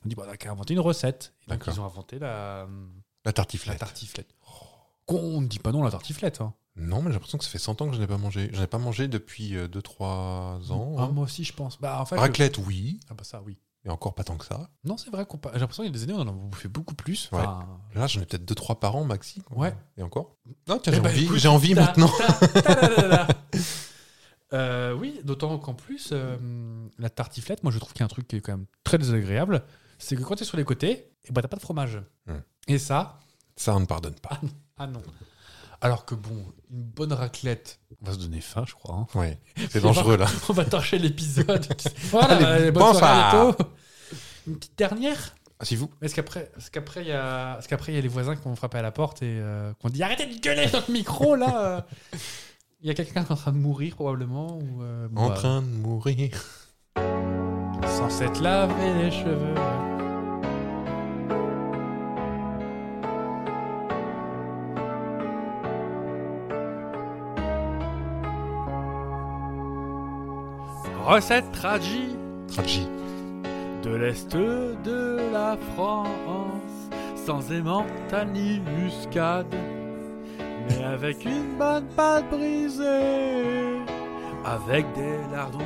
Speaker 6: Ils ont dit, bah, on a qu'à inventer une recette. Et donc,
Speaker 4: D'accord.
Speaker 6: ils ont inventé la.
Speaker 4: La tartiflette.
Speaker 6: La tartiflette. Qu'on ne dit pas non à la tartiflette. hein.
Speaker 4: Non, mais j'ai l'impression que ça fait 100 ans que je n'ai pas mangé. Je n'ai pas mangé depuis 2-3 ans.
Speaker 6: Ah,
Speaker 4: hein.
Speaker 6: Moi aussi, je pense. Bah, en fait,
Speaker 4: Raclette, oui.
Speaker 6: Ah bah ça, oui.
Speaker 4: Et encore pas tant que ça.
Speaker 6: Non, c'est vrai qu'on. pa- J'ai l'impression qu'il y a des années, on en a bouffé beaucoup plus. Enfin,
Speaker 4: Ouais. Là, j'en ai peut-être 2-3 par an, maxi. quoi.
Speaker 6: Ouais.
Speaker 4: Et encore Non, tiens,
Speaker 6: Eh
Speaker 4: j'ai
Speaker 6: bah,
Speaker 4: envie,
Speaker 6: écoute,
Speaker 4: j'ai envie
Speaker 6: ta-
Speaker 4: maintenant.
Speaker 6: ta- ta- la- la- la- la. Euh, oui, d'autant qu'en plus, euh, la tartiflette, moi je trouve qu'il y a un truc qui est quand même très désagréable, c'est que quand t'es sur les côtés, et bah, t'as pas de fromage.
Speaker 4: Hmm.
Speaker 6: Et ça,
Speaker 4: Ça, on ne pardonne pas.
Speaker 6: ah non. Alors que bon, une bonne raclette, on va se donner faim, je crois. hein.
Speaker 4: Ouais. C'est dangereux, là.
Speaker 6: On va torcher l'épisode. voilà,
Speaker 4: Allez,
Speaker 6: bonne
Speaker 4: bonsoir.
Speaker 6: soirée à bientôt. Une petite dernière
Speaker 4: Ah, si vous.
Speaker 6: Est-ce qu'après, est-ce qu'après il y a, est-ce qu'après il y a les voisins qui ont frappé à la porte et euh, qui ont dit arrêtez de gueuler dans le micro là. euh, Il y a quelqu'un qui est en train de mourir probablement ou euh, bon,
Speaker 4: En
Speaker 6: bah,
Speaker 4: train de mourir.
Speaker 6: sans s'être lavé les cheveux.
Speaker 13: Recette tragique
Speaker 4: Tragique.
Speaker 13: de l'Est de la France, sans émental ni muscade, mais avec une bonne pâte brisée, avec des lardons,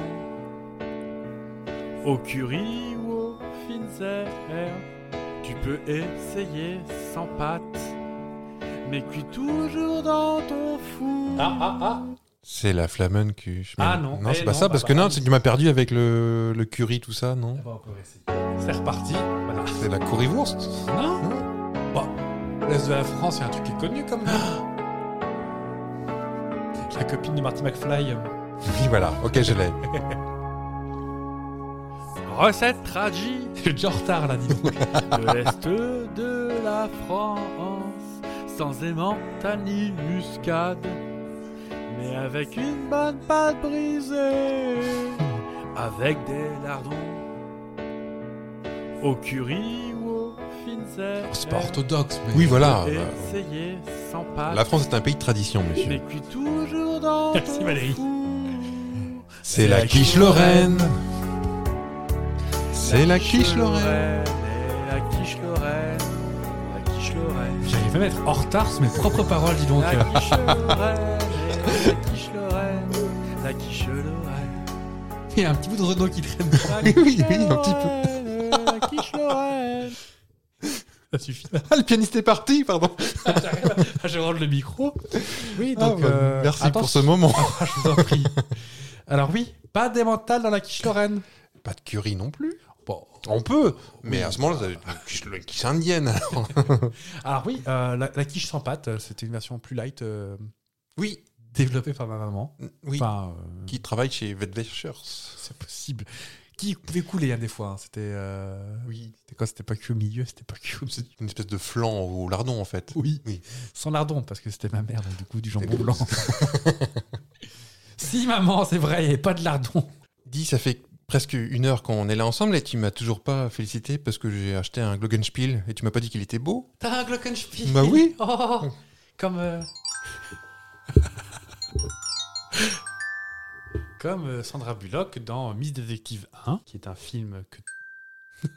Speaker 13: au curry ou au finzer. Tu peux essayer sans pâte, mais cuit toujours dans ton four.
Speaker 6: Ah ah ah.
Speaker 4: C'est la flamencuche.
Speaker 6: Ah,
Speaker 4: Mais-
Speaker 6: non.
Speaker 4: Non,
Speaker 6: Eh,
Speaker 4: c'est pas
Speaker 6: non,
Speaker 4: ça,
Speaker 6: bah,
Speaker 4: parce
Speaker 6: bah,
Speaker 4: que non,
Speaker 6: bah,
Speaker 4: c'est que tu m'as perdu avec le, le curry, tout ça, non
Speaker 6: On va encore essayer. C'est reparti. Voilà.
Speaker 4: C'est la currywurst
Speaker 6: Non. Bon, Bah, l'Est de la France, il y a un truc qui est connu comme la copine de Marty McFly. euh,
Speaker 4: Oui, voilà. Ok, je l'ai.
Speaker 13: Recette tragique.
Speaker 6: Je suis déjà en retard là, dis donc.
Speaker 13: de l'Est de la France, sans émental ni muscade, mais avec une bonne pâte brisée, avec des lardons, au curry ou au finzer.
Speaker 6: C'est pas Eh, orthodoxe, mais. eh,
Speaker 4: Oui, voilà.
Speaker 13: Et
Speaker 4: euh,
Speaker 13: Essayez sans pâte,
Speaker 4: La France est un pays de tradition, monsieur.
Speaker 13: mais cuit toujours dans
Speaker 6: Merci
Speaker 13: ton
Speaker 6: Valérie.
Speaker 13: four.
Speaker 4: C'est la quiche lorraine. C'est la quiche lorraine.
Speaker 13: et La quiche lorraine, la quiche lorraine.
Speaker 6: J'arrive même à être en retard sur mes propres paroles, dis donc.
Speaker 13: La quiche Lorraine, la quiche Lorraine, la quiche Lorraine.
Speaker 6: Il y a un petit bout de Renault qui traîne.
Speaker 13: la
Speaker 4: Oui, oui,
Speaker 13: quiche
Speaker 4: oui, un petit
Speaker 13: Lorraine,
Speaker 4: peu.
Speaker 13: La quiche Lorraine.
Speaker 6: Ça suffit.
Speaker 4: Ah, le pianiste est parti, pardon.
Speaker 6: Je rendre le micro. Oui,
Speaker 4: Ah,
Speaker 6: donc.
Speaker 4: bah,
Speaker 6: euh,
Speaker 4: merci
Speaker 6: attends,
Speaker 4: pour ce moment.
Speaker 6: Je vous en prie. Alors, oui, pas des mentales dans la quiche Lorraine.
Speaker 4: Pas de curry non plus.
Speaker 6: Bon.
Speaker 4: On peut, mais à ce moment-là, c'est une quiche- une quiche indienne. alors.
Speaker 6: Alors, oui, euh, la, la quiche sans pâte, euh, c'était une version plus light euh,
Speaker 4: oui,
Speaker 6: développée par ma maman.
Speaker 4: oui.
Speaker 6: Enfin, euh,
Speaker 4: Qui travaille chez Vedvechers.
Speaker 6: c'est possible. Qui pouvait couler hein, des fois. hein. C'était. euh,
Speaker 4: Oui.
Speaker 6: C'était quoi C'était pas cuit au milieu, c'était pas cuit au
Speaker 4: C'est une espèce de flan au lardon, en fait.
Speaker 6: Oui.
Speaker 4: Oui.
Speaker 6: Sans lardon, parce que c'était ma mère, donc du coup, du jambon blanc. si, maman, c'est vrai, il n'y avait pas de lardon.
Speaker 4: Dis, ça fait presque une heure qu'on est là ensemble et tu m'as toujours pas félicité parce que j'ai acheté un Glockenspiel et tu m'as pas dit qu'il était beau.
Speaker 6: T'as un Glockenspiel
Speaker 4: Bah oui.
Speaker 6: Oh, Comme. euh, Comme euh, Sandra Bullock dans Miss Detective 1, qui est un film que.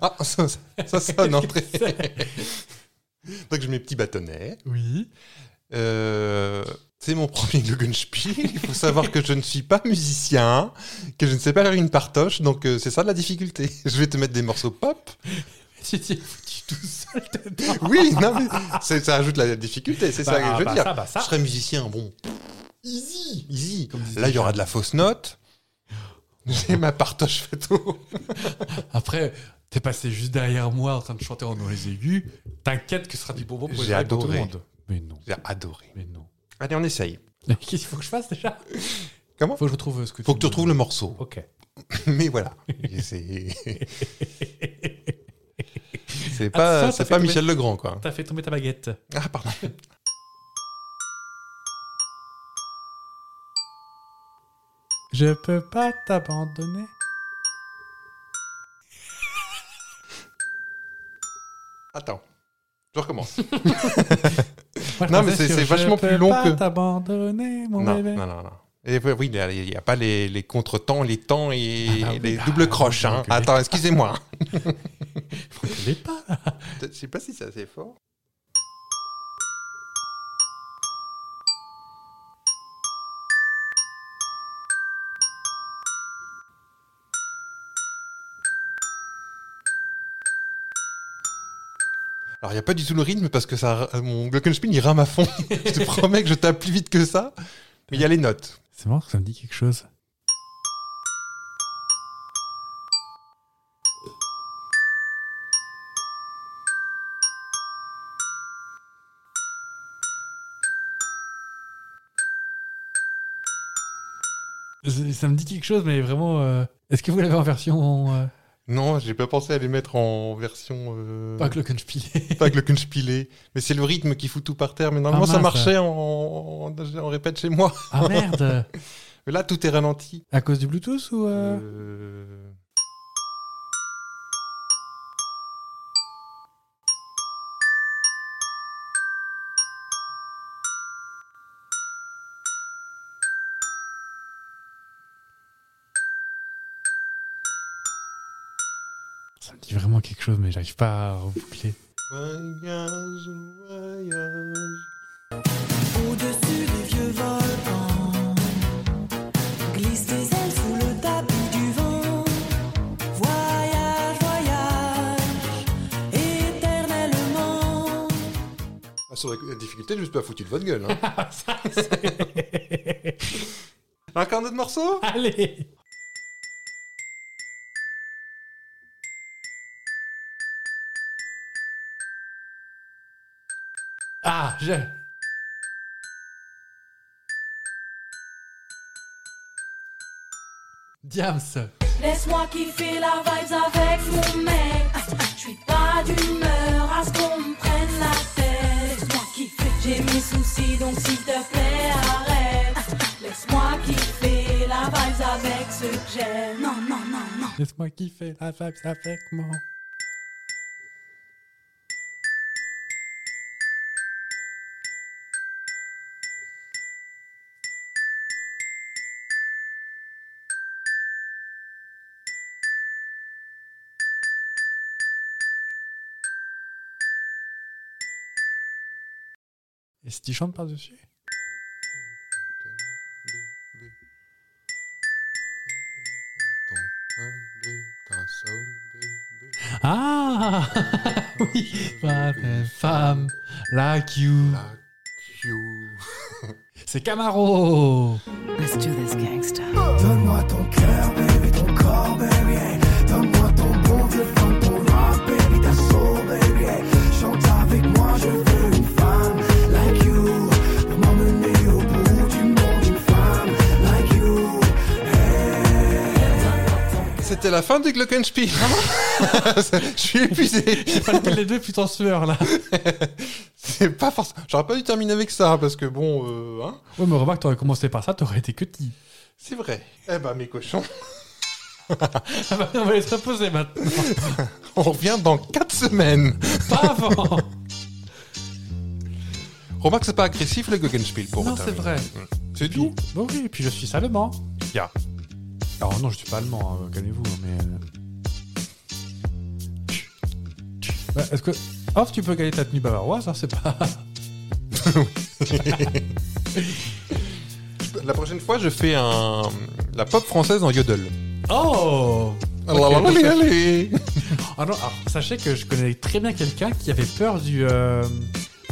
Speaker 4: Ah, ça, ça, ça, ça une entrée. Donc j'ai mes petits bâtonnets.
Speaker 6: Oui.
Speaker 4: Euh, c'est mon premier Glockenspiel. Il faut savoir que je ne suis pas musicien, que je ne sais pas faire une partoche, donc euh, c'est ça la difficulté. Je vais te mettre des morceaux pop,
Speaker 6: Si tu es foutu tout seul dedans.
Speaker 4: Oui, non, mais c'est- ça ajoute la difficulté, c'est ça
Speaker 6: Bah,
Speaker 4: que je veux
Speaker 6: bah,
Speaker 4: dire.
Speaker 6: ça, bah, ça.
Speaker 4: Je serais musicien, bon.
Speaker 6: Easy
Speaker 4: Easy. Là, il y aura de la fausse note. J'ai ma partoche photo.
Speaker 6: Après, t'es passé juste derrière moi en train de chanter en noix les aigus. T'inquiète que ce sera du bonbon pour, les
Speaker 4: J'ai
Speaker 6: oreilles pour tout le
Speaker 4: adoré.
Speaker 6: monde. Mais non.
Speaker 4: J'ai adoré.
Speaker 6: Mais non.
Speaker 4: Allez, on essaye.
Speaker 6: Qu'est-ce qu'il faut que je fasse déjà
Speaker 4: Comment
Speaker 6: Faut que je retrouve ce que
Speaker 4: Faut
Speaker 6: tu
Speaker 4: que tu
Speaker 6: me-
Speaker 4: retrouves le morceau.
Speaker 6: Ok.
Speaker 4: Mais voilà. Et C'est c'est pas, c'est
Speaker 6: Attends, t'as Ah, fait
Speaker 4: pas
Speaker 6: tomber-
Speaker 4: Michel Legrand, quoi.
Speaker 6: T'as fait tomber ta baguette.
Speaker 4: Ah, pardon.
Speaker 6: Je peux pas t'abandonner.
Speaker 4: Attends. Je recommence.
Speaker 6: Moi, je
Speaker 4: non, mais
Speaker 6: pensais
Speaker 4: c'est
Speaker 6: sur
Speaker 4: c'est
Speaker 6: Je
Speaker 4: vachement
Speaker 6: peux
Speaker 4: plus long
Speaker 6: pas
Speaker 4: que.
Speaker 6: t'abandonner, mon
Speaker 4: non,
Speaker 6: bébé.
Speaker 4: non, non, non. Et oui, oui, il n'y a, pas les, les contretemps, les temps et
Speaker 6: Ah, bah oui,
Speaker 4: les
Speaker 6: bah,
Speaker 4: doubles croches. hein.
Speaker 6: donc, les-
Speaker 4: Attends, excusez-moi.
Speaker 6: Je l'ai pas.
Speaker 4: Je sais pas si c'est assez fort. Alors, il n'y a pas du tout le rythme parce que ça, euh, mon Glockenspiel, il rame à fond. je te promets que je tape plus vite que ça. Mais il y a les notes.
Speaker 6: C'est marrant que ça me dit quelque chose. Ça ça me dit quelque chose, mais vraiment. euh, Est-ce que vous l'avez en version. euh,
Speaker 4: Non, j'ai pas pensé à les mettre en version. euh,
Speaker 6: Pas Glockenspiel.
Speaker 4: pas Glockenspielé. Mais c'est le rythme qui fout tout par terre. Mais normalement,
Speaker 6: Ah,
Speaker 4: ça
Speaker 6: mince.
Speaker 4: marchait en, en- en répète chez moi.
Speaker 6: Ah merde
Speaker 4: Mais là, tout est ralenti.
Speaker 6: À cause du Bluetooth ou. euh
Speaker 4: Euh,
Speaker 6: Ça me dit vraiment quelque chose, mais j'arrive pas à reboucler.
Speaker 4: Voyage, voyage.
Speaker 7: Au-dessus des vieux volcans, glisse des ailes sous le tapis du vent. Voyage, voyage, éternellement.
Speaker 4: Ah, sur la la difficulté, je me suis pas foutu de votre gueule. hein. Encore un autre morceau
Speaker 6: Allez Ah, je... Diams
Speaker 7: Laisse-moi kiffer la vibes avec mon mec. Je suis pas d'humeur à ce qu'on me prenne la tête. Laisse-moi kiffer, j'ai mes soucis donc s'il te plaît arrête. Laisse-moi kiffer la vibes avec ce que j'aime. Non, non, non, non.
Speaker 6: Laisse-moi kiffer la vibe avec moi. Et si tu chantes par-dessus Ah Oui Pas de femme like you C'est Camaro
Speaker 7: Let's do this gangsta.
Speaker 14: Donne-moi ton cœur, baby, ton corps, baby. hey. Donne-moi ton bon vieux fun, ton rap, baby, ta soul, baby. hey. Chante avec moi, je veux une femme like you. Pour m'emmener au bout du monde, une femme like you.
Speaker 4: C'était la fin du Glockenspiel. je suis épuisé.
Speaker 6: Pas lequel des deux, putain, sueur là
Speaker 4: C'est pas forcément. J'aurais pas dû terminer avec ça parce que bon, euh, hein,
Speaker 6: Ouais, mais remarque, t'aurais commencé par ça, t'aurais été cutie.
Speaker 4: c'est vrai. Eh ben mes cochons,
Speaker 6: Ah bah, on va aller se reposer maintenant.
Speaker 4: on revient dans 4 semaines.
Speaker 6: Pas avant
Speaker 4: Remarque, c'est pas agressif le Glockenspiel pour
Speaker 6: Non,
Speaker 4: autant.
Speaker 6: c'est vrai.
Speaker 4: C'est doux.
Speaker 6: Bon, oui, et puis je suis allemand.
Speaker 4: Ya.
Speaker 6: Alors non, je suis pas allemand, hein, calmez-vous, mais... euh. Ouais, Est-ce que... Off, tu peux caler ta tenue bavaroise, hein, c'est pas...
Speaker 4: La prochaine fois, je fais un Ah, la pop française en yodel.
Speaker 6: Oh
Speaker 4: Allez, allez, allez.
Speaker 6: Ah non, alors, sachez que je connais très bien quelqu'un qui avait peur du. euh,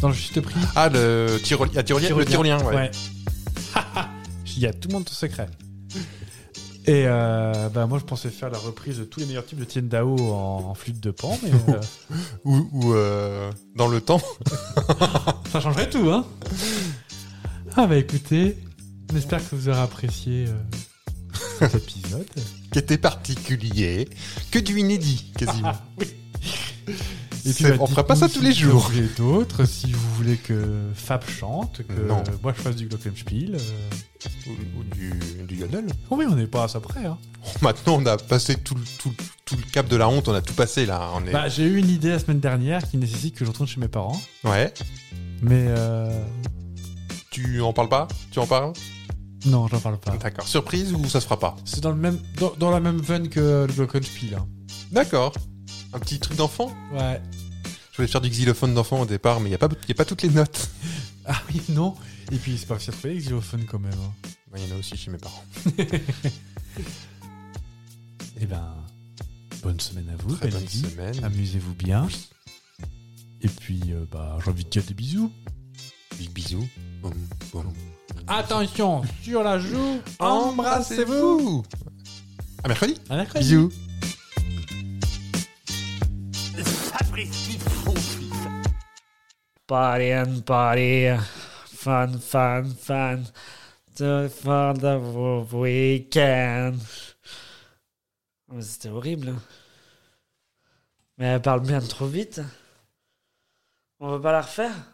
Speaker 6: dans le juste prix.
Speaker 4: Ah, le Tyrolien, la Tyrolienne, le Tyrolien, ouais.
Speaker 6: Il y a tout le monde ton secret. Et euh, bah, moi, je pensais faire la reprise de tous les meilleurs tubes de Tien Dao en, en flûte de pan, mais euh,
Speaker 4: Ou, ou, euh, dans le temps.
Speaker 6: ça changerait tout, hein Ah bah écoutez, j'espère que vous aurez apprécié euh, cet épisode.
Speaker 4: qui était particulier, que du inédit quasiment. C'est-
Speaker 6: bah,
Speaker 4: on fera pas
Speaker 6: dites-nous
Speaker 4: ça tous les
Speaker 6: si vous
Speaker 4: jours.
Speaker 6: voulez d'autres, si vous voulez que Fab chante, que
Speaker 4: Non.
Speaker 6: euh, moi je fasse du Glockenspiel. euh.
Speaker 4: Ou, ou du, du yodel.
Speaker 6: Oh oui, on n'est pas à ça près. Hein.
Speaker 4: Maintenant, on a passé tout, le- tout le- tout le cap de la honte, on a tout passé là. On est...
Speaker 6: Bah, j'ai eu une idée la semaine dernière qui nécessite que je retourne chez mes parents.
Speaker 4: ouais.
Speaker 6: Mais euh,
Speaker 4: Tu en parles pas Tu en parles
Speaker 6: non, j'en parle pas.
Speaker 4: D'accord. Surprise ou ça se fera pas
Speaker 6: C'est dans, le même, dans, dans la même veine que le Glockenspiel. hein.
Speaker 4: D'accord. Un petit truc d'enfant
Speaker 6: Ouais.
Speaker 4: Je voulais faire du xylophone d'enfant au départ, mais il n'y a, pas- y a pas toutes les notes.
Speaker 6: Ah oui, non. Et puis, c'est pas facile à trouver les xylophones quand même. hein.
Speaker 4: Bah, Il y en a aussi chez mes parents.
Speaker 6: Eh ben, bonne semaine à vous,
Speaker 4: Très
Speaker 6: belle
Speaker 4: bonne
Speaker 6: vie.
Speaker 4: semaine.
Speaker 6: Amusez-vous bien. Et puis, euh, bah, j'ai envie de dire des bisous.
Speaker 4: Big bisous. Bon, bon.
Speaker 6: Attention, sur la joue,
Speaker 4: Embrassez-vous À mercredi
Speaker 6: À mercredi.
Speaker 4: Bisous
Speaker 5: Fabrice Pifou.
Speaker 12: Party and party, fun, fun, fun, the fun the weekend. Oh, mais C'était horrible. Mais elle parle bien trop vite. On veut pas la refaire